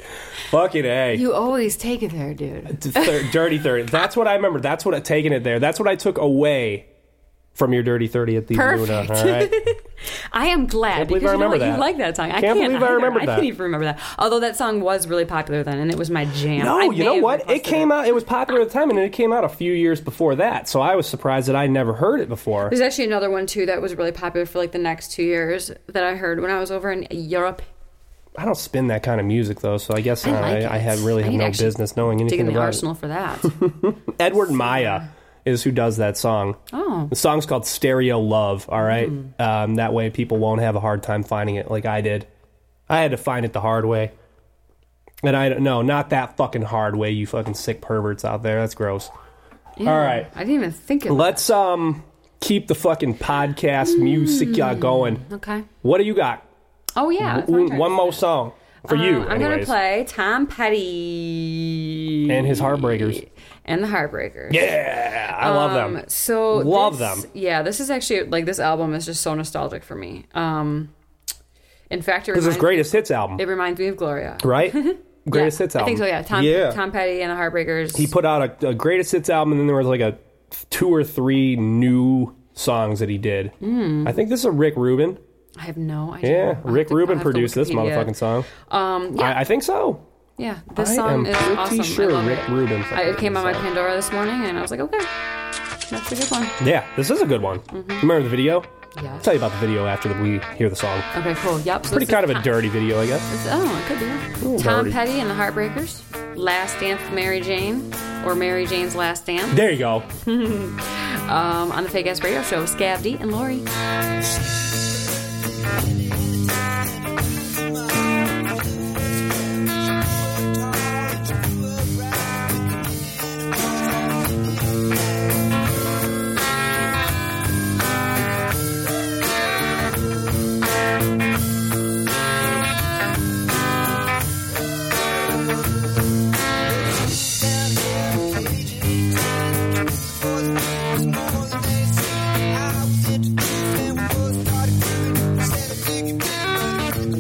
S2: fucking a.
S3: You always take it there, dude.
S2: Thir- dirty thirty. That's what I remember. That's what I taking it there. That's what I took away from your dirty thirty at the Luna.
S3: Perfect.
S2: All right.
S3: I am glad
S2: Can't believe
S3: because you
S2: I
S3: know
S2: remember
S3: what?
S2: that.
S3: You like that song. I
S2: Can't
S3: can't
S2: believe I
S3: either.
S2: remembered
S3: I
S2: that.
S3: can't even remember that. Although that song was really popular then, and it was my jam.
S2: No,
S3: I
S2: you
S3: may
S2: know
S3: have
S2: what? It
S3: requested
S2: came out. It was popular at the time, and it came out a few years before that. So I was surprised that I never heard it before.
S3: There's actually another one too that was really popular for like the next two years that I heard when I was over in Europe.
S2: I don't spin that kind of music though, so I guess I,
S3: like
S2: I,
S3: it.
S2: had really
S3: I
S2: have
S3: need to
S2: no
S3: actually
S2: business knowing
S3: Dig in
S2: anything
S3: the
S2: about
S3: arsenal for that.
S2: it. Edward Maya is who does that song.
S3: Oh, Hmm.
S2: The song's called Stereo Love, all right? Um, that way people won't have a hard time finding it like I did. I had to find it the hard way. And I don't no, not that fucking hard way, you fucking sick perverts out there. That's gross. All right.
S3: I didn't even think of
S2: Let's um keep the fucking podcast music
S3: Hmm.
S2: uh, going.
S3: that. Okay.
S2: What do you got?
S3: Oh yeah. it's my
S2: One
S3: turn.
S2: one more song for you.
S3: Um, I'm gonna
S2: anyways.
S3: play Tom Petty
S2: And his Heartbreakers.
S3: and the Heartbreakers.
S2: Yeah, I love them.
S3: Um, so
S2: Love
S3: this-
S2: them.
S3: Yeah, this is actually like this album is just so nostalgic for me. Um, in fact, it
S2: This is
S3: reminds,
S2: greatest hits album,
S3: It reminds me of Gloria.
S2: right? greatest
S3: Yeah,
S2: hits album.
S3: I think so. Yeah, Tom,
S2: yeah.
S3: Tom Petty and the Heartbreakers.
S2: he put out a, a greatest hits album, and then there was like a two or three new songs that he did. I think this is a Rick Rubin.
S3: I have no idea. I'll
S2: Yeah,
S3: have
S2: Rick
S3: to- Hmm. I'll
S2: Rubin
S3: have to
S2: produced this
S3: Wikipedia.
S2: motherfucking song.
S3: Um, yeah,
S2: I, I think so.
S3: yeah. This
S2: I am
S3: song is
S2: pretty
S3: awesome.
S2: sure
S3: I love
S2: Rick
S3: it.
S2: Rubin
S3: I, it
S2: fucking
S3: came on my
S2: song.
S3: Pandora this morning, and I was like, okay, that's a good one.
S2: Yeah, this is a good one. Remember the video?
S3: Mm-hmm. Yeah.
S2: I'll tell you about the video after we hear the song.
S3: Okay, cool. Yep. So
S2: Pretty
S3: this is
S2: kind of a
S3: Tom-
S2: dirty video, I guess.
S3: this- Oh, it could be. yeah.
S2: little
S3: Tom
S2: dirty.
S3: Petty and the Heartbreakers. Last Dance with Mary Jane, or Mary Jane's Last Dance.
S2: There you go.
S3: um, on the Fake Ass Radio Show with Scab D and Lori.
S9: Outfit, and we both started feeling instead of thinking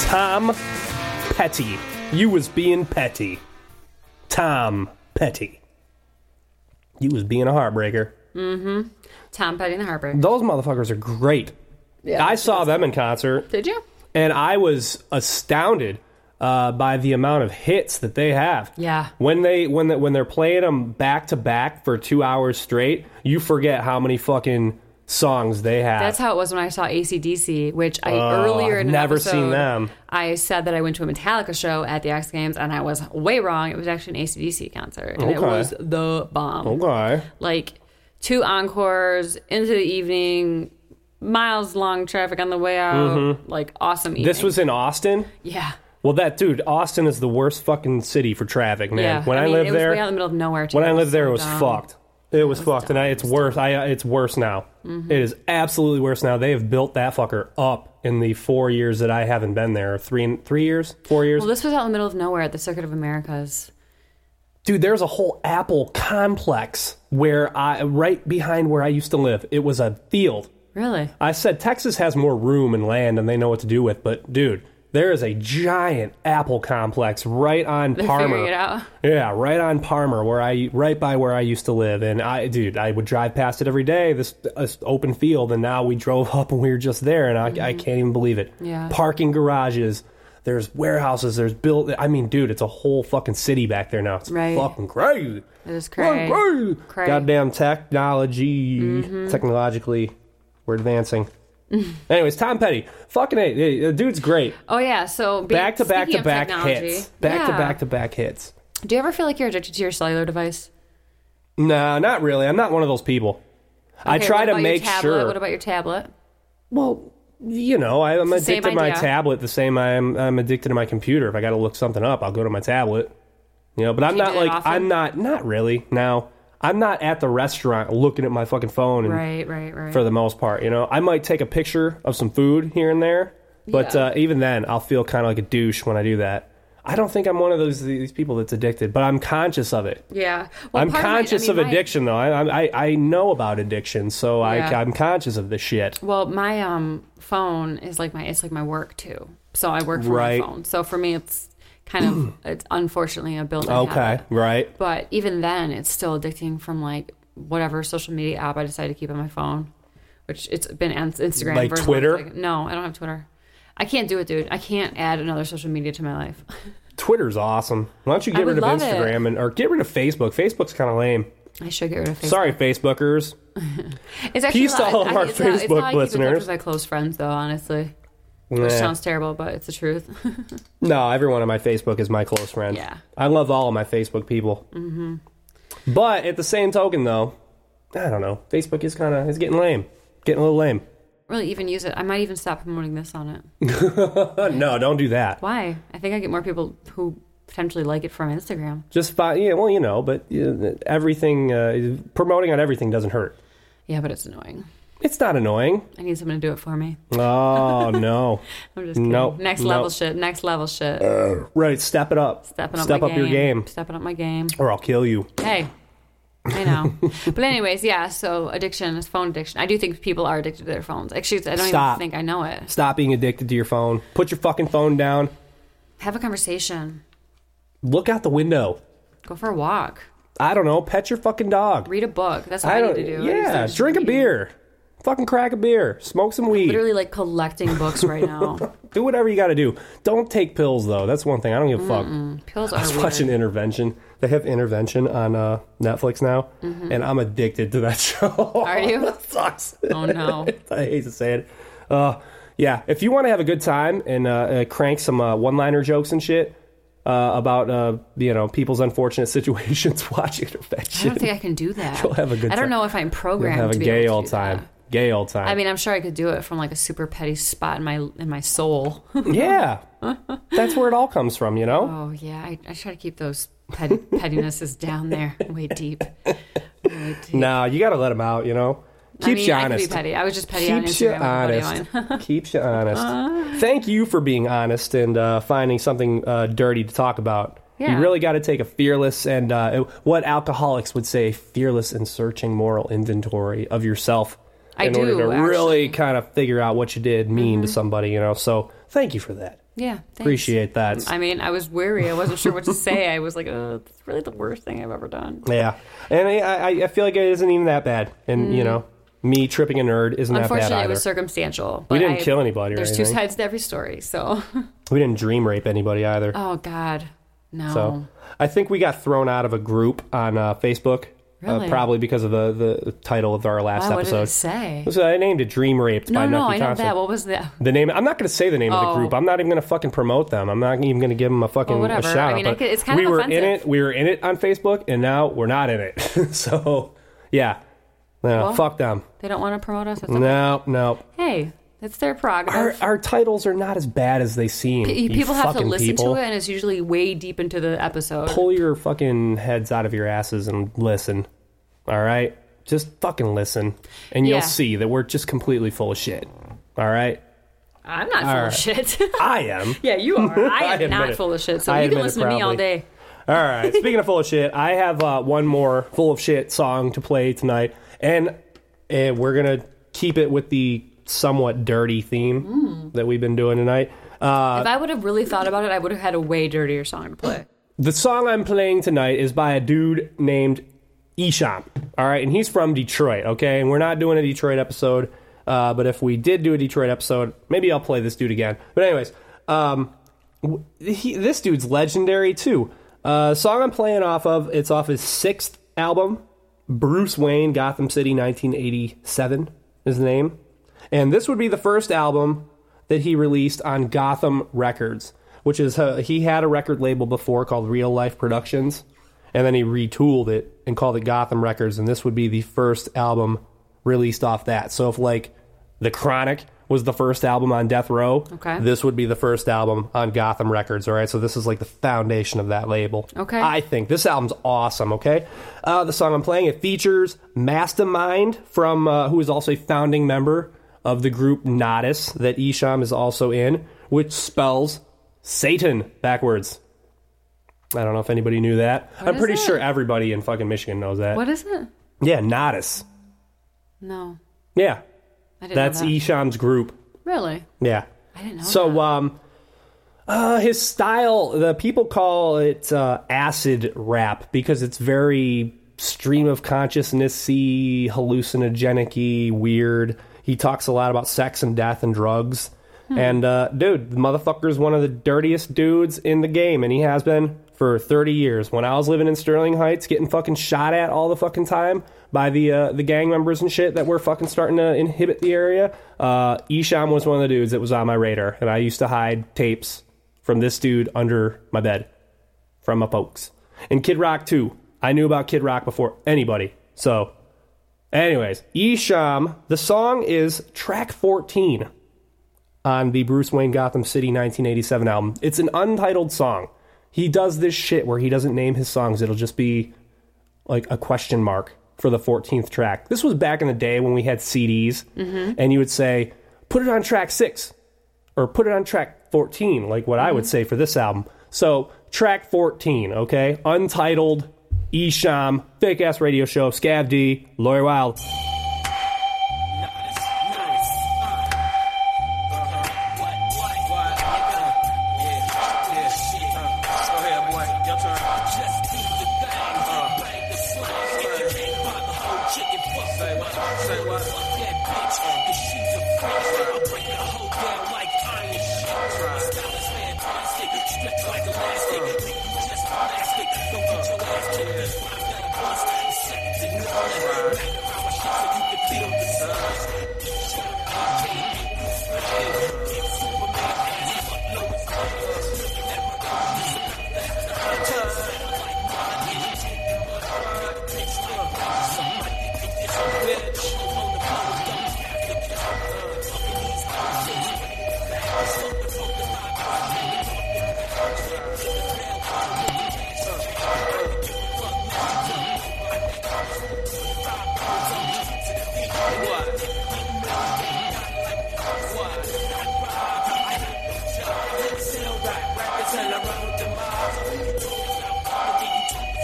S2: Tom Petty. You was being petty. Tom Petty. You was being a heartbreaker.
S3: Tom Petty and the Harper.
S2: Those motherfuckers are great.
S3: Yeah.
S2: I saw them in concert.
S3: Did you?
S2: and I was astounded uh, by the amount of hits that they have.
S3: Yeah.
S2: When they when the, when they're playing them back to back for two hours straight, you forget how many fucking songs they have.
S3: That's how it was when I saw ACDC, which I earlier in an
S2: Oh, never
S3: episode,
S2: seen them.
S3: I said that I went to a Metallica show at the X Games, and I was way wrong. It was actually an ACDC concert, and
S2: Okay. Oh,
S3: it was the bomb.
S2: okay.
S3: Like two encores into the evening, miles long traffic on the way out. Like awesome. Evening.
S2: Mm-hmm. This was in Austin.
S3: yeah,
S2: Well, that dude, Austin is the worst fucking city for traffic, man.
S3: yeah.
S2: When I,
S3: mean,
S2: lived
S3: it was
S2: there,
S3: way out in the middle of nowhere. Too.
S2: when I lived there, it was
S3: so dumb.
S2: fucked. It was, fucked, and I, it's worse. I uh, it's worse now.
S3: Mm-hmm.
S2: It is absolutely worse now. They have built that fucker up in the four years that I haven't been there. Three three years, four years.
S3: Well, this was out in the middle of nowhere at the Circuit of Americas.
S2: dude there's a whole apple complex where i right behind where i used to live it was a field
S3: Really?
S2: i said texas has more room and land and they know what to do with but dude there is a giant apple complex right on
S3: They're
S2: Parmer.
S3: figuring it out.
S2: Yeah, right on Parmer, where I right by where I used to live, and I, dude, I would drive past it every day. This, this open field, and now we drove up and we were just there, and I, I can't even believe it.
S3: Mm-hmm. Yeah.
S2: parking garages, there's warehouses, there's built. I mean, dude, it's a whole fucking city back there now. It's
S3: Right.
S2: fucking crazy.
S3: It is
S2: Fucking
S3: cray.
S2: crazy.
S3: Cray.
S2: Goddamn technology,
S3: Mm-hmm.
S2: technologically, we're advancing. Anyways, Tom Petty, fucking a, the dude's great.
S3: Oh yeah. So be-
S2: Back to back
S3: speaking
S2: to
S3: of
S2: back
S3: technology,
S2: hits. Back to
S3: yeah.
S2: back to back hits.
S3: Do you ever feel like you're addicted to your cellular device?
S2: No, not really. I'm not one of those people. I
S3: Okay,
S2: try
S3: what
S2: to
S3: about your
S2: make
S3: tablet?
S2: sure.
S3: What about your tablet?
S2: well, you know, I, I'm
S3: It's the same
S2: addicted to my
S3: idea.
S2: tablet the same I'm I'm addicted to my computer. If I got to look something up, I'll go to my tablet. You know, but I'm
S3: you
S2: not
S3: do that
S2: like
S3: often?
S2: I'm not not really. Now, I'm not at the restaurant looking at my fucking phone and
S3: Right, right, right.
S2: Mm. for the most part. You know, I might take a picture of some food here and there, but
S3: Yeah.
S2: uh, even then, I'll feel kind of like a douche when I do that. I don't think I'm one of those these people that's addicted, but I'm conscious of it.
S3: yeah. Well,
S2: I'm
S3: part my- I
S2: conscious
S3: mean,
S2: of,
S3: my-
S2: addiction, though. I, I I- I know about addiction, so I
S3: Yeah.
S2: I'm conscious of this shit.
S3: well, my um phone is like my it's like my work too. So I work from
S2: Right.
S3: my phone. So for me, it's kind of it's unfortunately a built-in
S2: Okay,
S3: habit.
S2: right.
S3: But even then, it's still addicting from like whatever social media app I decide to keep on my phone, which it's been on Instagram.
S2: Like
S3: for as long
S2: Twitter?
S3: as I can- no, I don't have Twitter. I can't do it, dude. I can't add another social media to my life.
S2: Twitter's awesome. Why don't you get
S3: would
S2: rid of
S3: love
S2: Instagram and or get rid of Facebook? Facebook's kind of lame.
S3: I should get rid of Facebook.
S2: Sorry, Facebookers.
S3: It's actually
S2: Peace to
S3: not-
S2: all of
S3: I-
S2: our
S3: it's not- it's not
S2: Facebook
S3: how I keep in touch
S2: listeners.
S3: with my close friends, though, honestly,
S2: Nah.
S3: which sounds terrible, but it's the truth.
S2: No, everyone on my Facebook is my close friend.
S3: Yeah.
S2: I love all of my Facebook people. Mm-hmm. But at the same token, though, I don't know. Facebook is kind of it's getting lame, getting a little lame.
S3: really, even use it. I might even stop promoting this on it.
S2: Uh, no, don't do that.
S3: Why? I think I get more people who potentially like it from Instagram.
S2: Just find, yeah, well, you know, but uh, everything uh, promoting on everything doesn't hurt.
S3: Yeah, but it's annoying.
S2: It's not annoying.
S3: I need someone to do it for me.
S2: Oh no!
S3: I'm just kidding.
S2: Nope,
S3: Next level
S2: nope.
S3: shit. Next level shit.
S2: Right, step it up.
S3: Stepping up
S2: Step
S3: my
S2: up your game,
S3: Stepping up my game.
S2: or I'll kill you.
S3: Hey. I know. but anyways, yeah, so addiction is phone addiction. I do think people are addicted to their phones. Actually, I don't
S2: Stop.
S3: even think I know it.
S2: Stop being addicted to your phone. Put your fucking phone down.
S3: Have a conversation.
S2: Look out the window.
S3: Go for a walk.
S2: I don't know. Pet your fucking dog.
S3: Read a book. That's what I,
S2: I don't.
S3: need to do. I need to
S2: Yeah,
S3: start just
S2: drink a
S3: reading.
S2: beer. Fucking crack a beer. Smoke some weed.
S3: Literally like collecting books right now.
S2: Do whatever you got to do. Don't take pills though. That's one thing. I don't give a fuck.
S3: Pills
S2: I
S3: are
S2: was
S3: weird.
S2: watching Intervention. They have Intervention on uh, Netflix now, and I'm addicted to that show. Are
S3: Mm-hmm. you?
S2: that sucks.
S3: Oh no.
S2: I hate to say it. Uh, yeah, if you want to have a good time and uh, uh, crank some uh, one-liner jokes and shit uh, about uh, you know people's unfortunate situations, watch
S3: I
S2: Intervention.
S3: don't think I can do that.
S2: You'll have a good
S3: I don't
S2: time.
S3: know if I'm
S2: You'll
S3: programmed
S2: have a
S3: to be
S2: gay
S3: able to
S2: old
S3: do
S2: time.
S3: that.
S2: Gay old time.
S3: I mean, I'm sure I could do it from like a super petty spot in my in my soul.
S2: yeah, that's where it all comes from, you know.
S3: oh yeah, I, I try to keep those petty, pettinesses down there, way deep. Way deep.
S2: No, you got to let them out, you know. Keeps
S3: I mean,
S2: you
S3: I could be
S2: honest.
S3: petty. I was just petty
S2: Keeps you
S3: on Instagram. with a buddy of
S2: honest.
S3: mine.
S2: Keeps you
S3: Uh.
S2: honest. Thank you for being honest and uh, finding something uh, dirty to talk about.
S3: Yeah.
S2: You really got to take a fearless and uh, what alcoholics would say, fearless and searching moral inventory of yourself
S3: I
S2: in order
S3: do,
S2: to
S3: actually.
S2: really kind of figure out what you did mean to somebody, you know. So Thank you for that.
S3: Yeah. Thanks.
S2: Appreciate that.
S3: I mean, I was wary. I wasn't sure what to say. I was like, "Uh, that's really the worst thing I've ever done."
S2: yeah, and I, I, I feel like it isn't even that bad. And you know, me tripping a nerd isn't that bad
S3: Mm. Unfortunately,
S2: either.
S3: it was circumstantial.
S2: We
S3: but
S2: didn't
S3: I-
S2: kill anybody or
S3: There's two
S2: anything.
S3: sides to every story. So,
S2: we didn't dream rape anybody either.
S3: oh God, no.
S2: So I think we got thrown out of a group on uh, Facebook, uh,
S3: Really?
S2: probably because of the, the title of our last
S3: Wow, what did
S2: episode.
S3: it say?
S2: So I named it "Dream Raped" by
S3: no, no,
S2: Nucky
S3: I know
S2: Thompson.
S3: that. What was that?
S2: the name. I'm not going to say the name of
S3: Oh.
S2: the group. I'm not even going to fucking promote them. I'm not even going to give them a fucking
S3: Well,
S2: a
S3: whatever.
S2: shout
S3: I
S2: out.
S3: mean, I
S2: but
S3: could- it's kind
S2: we
S3: of
S2: were in
S3: offensive.
S2: it. We were in it on Facebook, and now we're not in it. so yeah, no,
S3: Well,
S2: fuck them.
S3: They don't want to promote us. That's okay.
S2: No, no.
S3: Hey, it's their
S2: Our,
S3: prerogative.
S2: our titles are not as bad as they seem.
S3: P-
S2: you
S3: people have to
S2: fucking
S3: listen
S2: people.
S3: to it, and it's usually way deep into the episode.
S2: pull your fucking heads out of your asses and listen. All right? Just fucking listen. And you'll
S3: Yeah.
S2: see that we're just completely full of shit. All right?
S3: I'm not full
S2: right.
S3: of shit.
S2: I am.
S3: yeah, you are.
S2: I
S3: I am
S2: admit
S3: not
S2: it.
S3: full of shit. So
S2: I
S3: you can
S2: admit it
S3: listen to me all
S2: proudly.
S3: day.
S2: All right. Speaking of full of shit, I have uh, one more full of shit song to play tonight. And uh, we're going to keep it with the somewhat dirty theme
S3: Mm.
S2: that we've been doing tonight. Uh,
S3: If I would have really thought about it, I would have had a way dirtier song to play.
S2: The song I'm playing tonight is by a dude named Isham. All right, and he's from Detroit. Okay, and we're not doing a Detroit episode, uh, but if we did do a Detroit episode, maybe I'll play this dude again. But anyways, um, w- he, this dude's legendary too. Uh, song I'm playing off of it's off his sixth album, Bruce Wayne, Gotham City, 1987 is the name, and this would be the first album that he released on Gotham Records, which is uh, he had a record label before called Real Life Productions, and then he retooled it and called it Gotham Records, and this would be the first album released off that. So if like The Chronic was the first album on Death Row,
S3: Okay.
S2: this would be the first album on Gotham Records. All right, so this is like the foundation of that label.
S3: Okay.
S2: I think this album's awesome. Okay, uh, the song I'm playing it features Mastermind from uh, who is also a founding member of the group Nodis that Isham is also in, which spells Satan backwards. I don't know if anybody knew that. I'm
S3: is
S2: pretty
S3: it?
S2: sure everybody in fucking Michigan knows that.
S3: What is it?
S2: Yeah, Nodis.
S3: No,
S2: Yeah,
S3: I didn't.
S2: that's
S3: know that.
S2: Isham's group.
S3: Really?
S2: Yeah.
S3: I didn't know.
S2: So,
S3: that.
S2: um, uh, his style, the people call it uh, acid rap because it's very stream of consciousness y, hallucinogenic y, weird. He talks a lot about sex and death and drugs. And, uh, dude, the motherfucker's one of the dirtiest dudes in the game, and he has been for 30 years. When I was living in Sterling Heights, getting fucking shot at all the fucking time by the uh, the gang members and shit that were fucking starting to inhibit the area, uh, Isham was one of the dudes that was on my radar, and I used to hide tapes from this dude under my bed from my folks. And Kid Rock too. I knew about Kid Rock before anybody. So, anyways, Isham. The song is track 14 on the Bruce Wayne Gotham City 1987 album. It's an untitled song. He does this shit where he doesn't name his songs. It'll just be like a question mark for the 14th track. This was back in the day when we had CDs and you would say, put it on track six or put it on track 14, like what
S3: Mm-hmm.
S2: I would say for this album. So, track 14, okay? Untitled, Isham, Fake Ass Radio Show, Scav D, Lori Wild.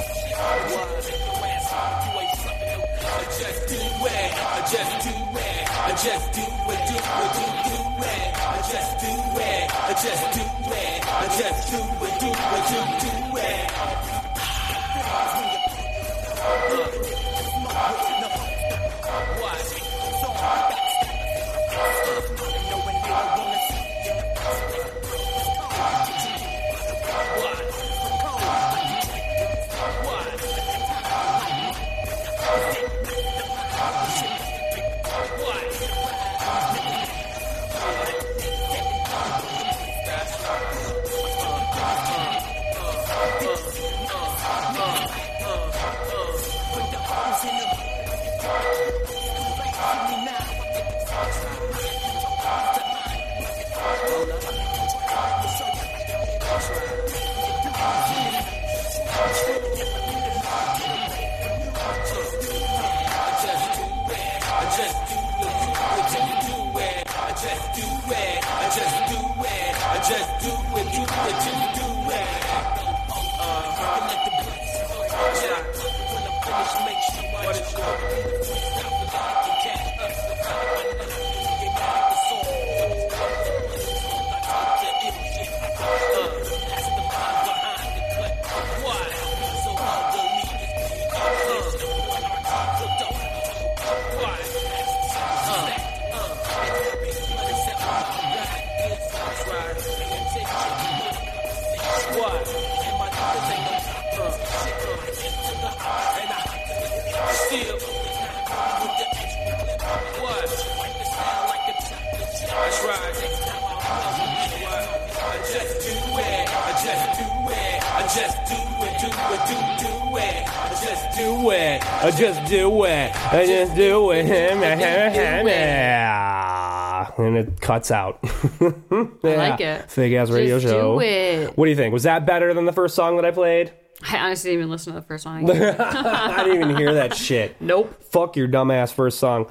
S6: I just do it, do, do, do, do. it. I just do it. I just do it. I just do it. Do it. Do do it. Watch. So I'm back. Knowing they don't wanna see you. Watch. Watch. Watch.
S2: do it. I just do it. I just do it. And it cuts out.
S3: I like it.
S2: Fake ass radio
S3: Just
S2: show.
S3: do it.
S2: What do you think? Was that better than the first song that I played?
S3: I honestly didn't even listen to the first song. again.
S2: I didn't even hear that shit.
S3: nope.
S2: Fuck your dumbass first song.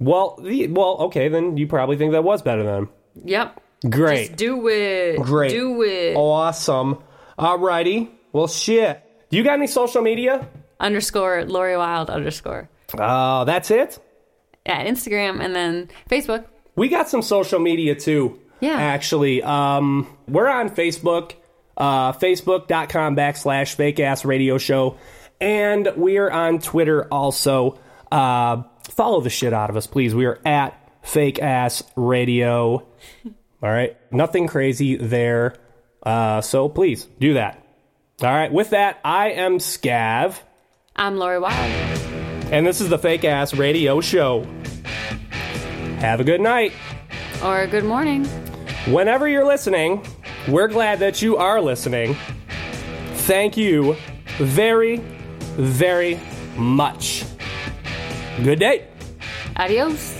S2: Well, the, well, okay, then you probably think that was better than.
S3: Yep.
S2: Great.
S3: Just do it.
S2: Great. Oh.
S3: Do it.
S2: Awesome. Alrighty. Well, shit. Do you got any social media?
S3: Underscore Lori Wild underscore.
S2: Uh, that's it.
S3: At Instagram and then Facebook.
S2: We got some social media too.
S3: Yeah.
S2: Actually, um, we're on Facebook, uh, facebook.com backslash fake ass radio show. And we are on Twitter also. Uh, follow the shit out of us, please. We are at fake ass radio. All right. Nothing crazy there. Uh, so please do that. All right. With that, I am Scav,
S3: I'm Lori Wild.
S2: and this is the fake ass radio show. Have a good night.
S3: Or good morning.
S2: Whenever you're listening, we're glad that you are listening. Thank you very, very much. Good day.
S3: Adios.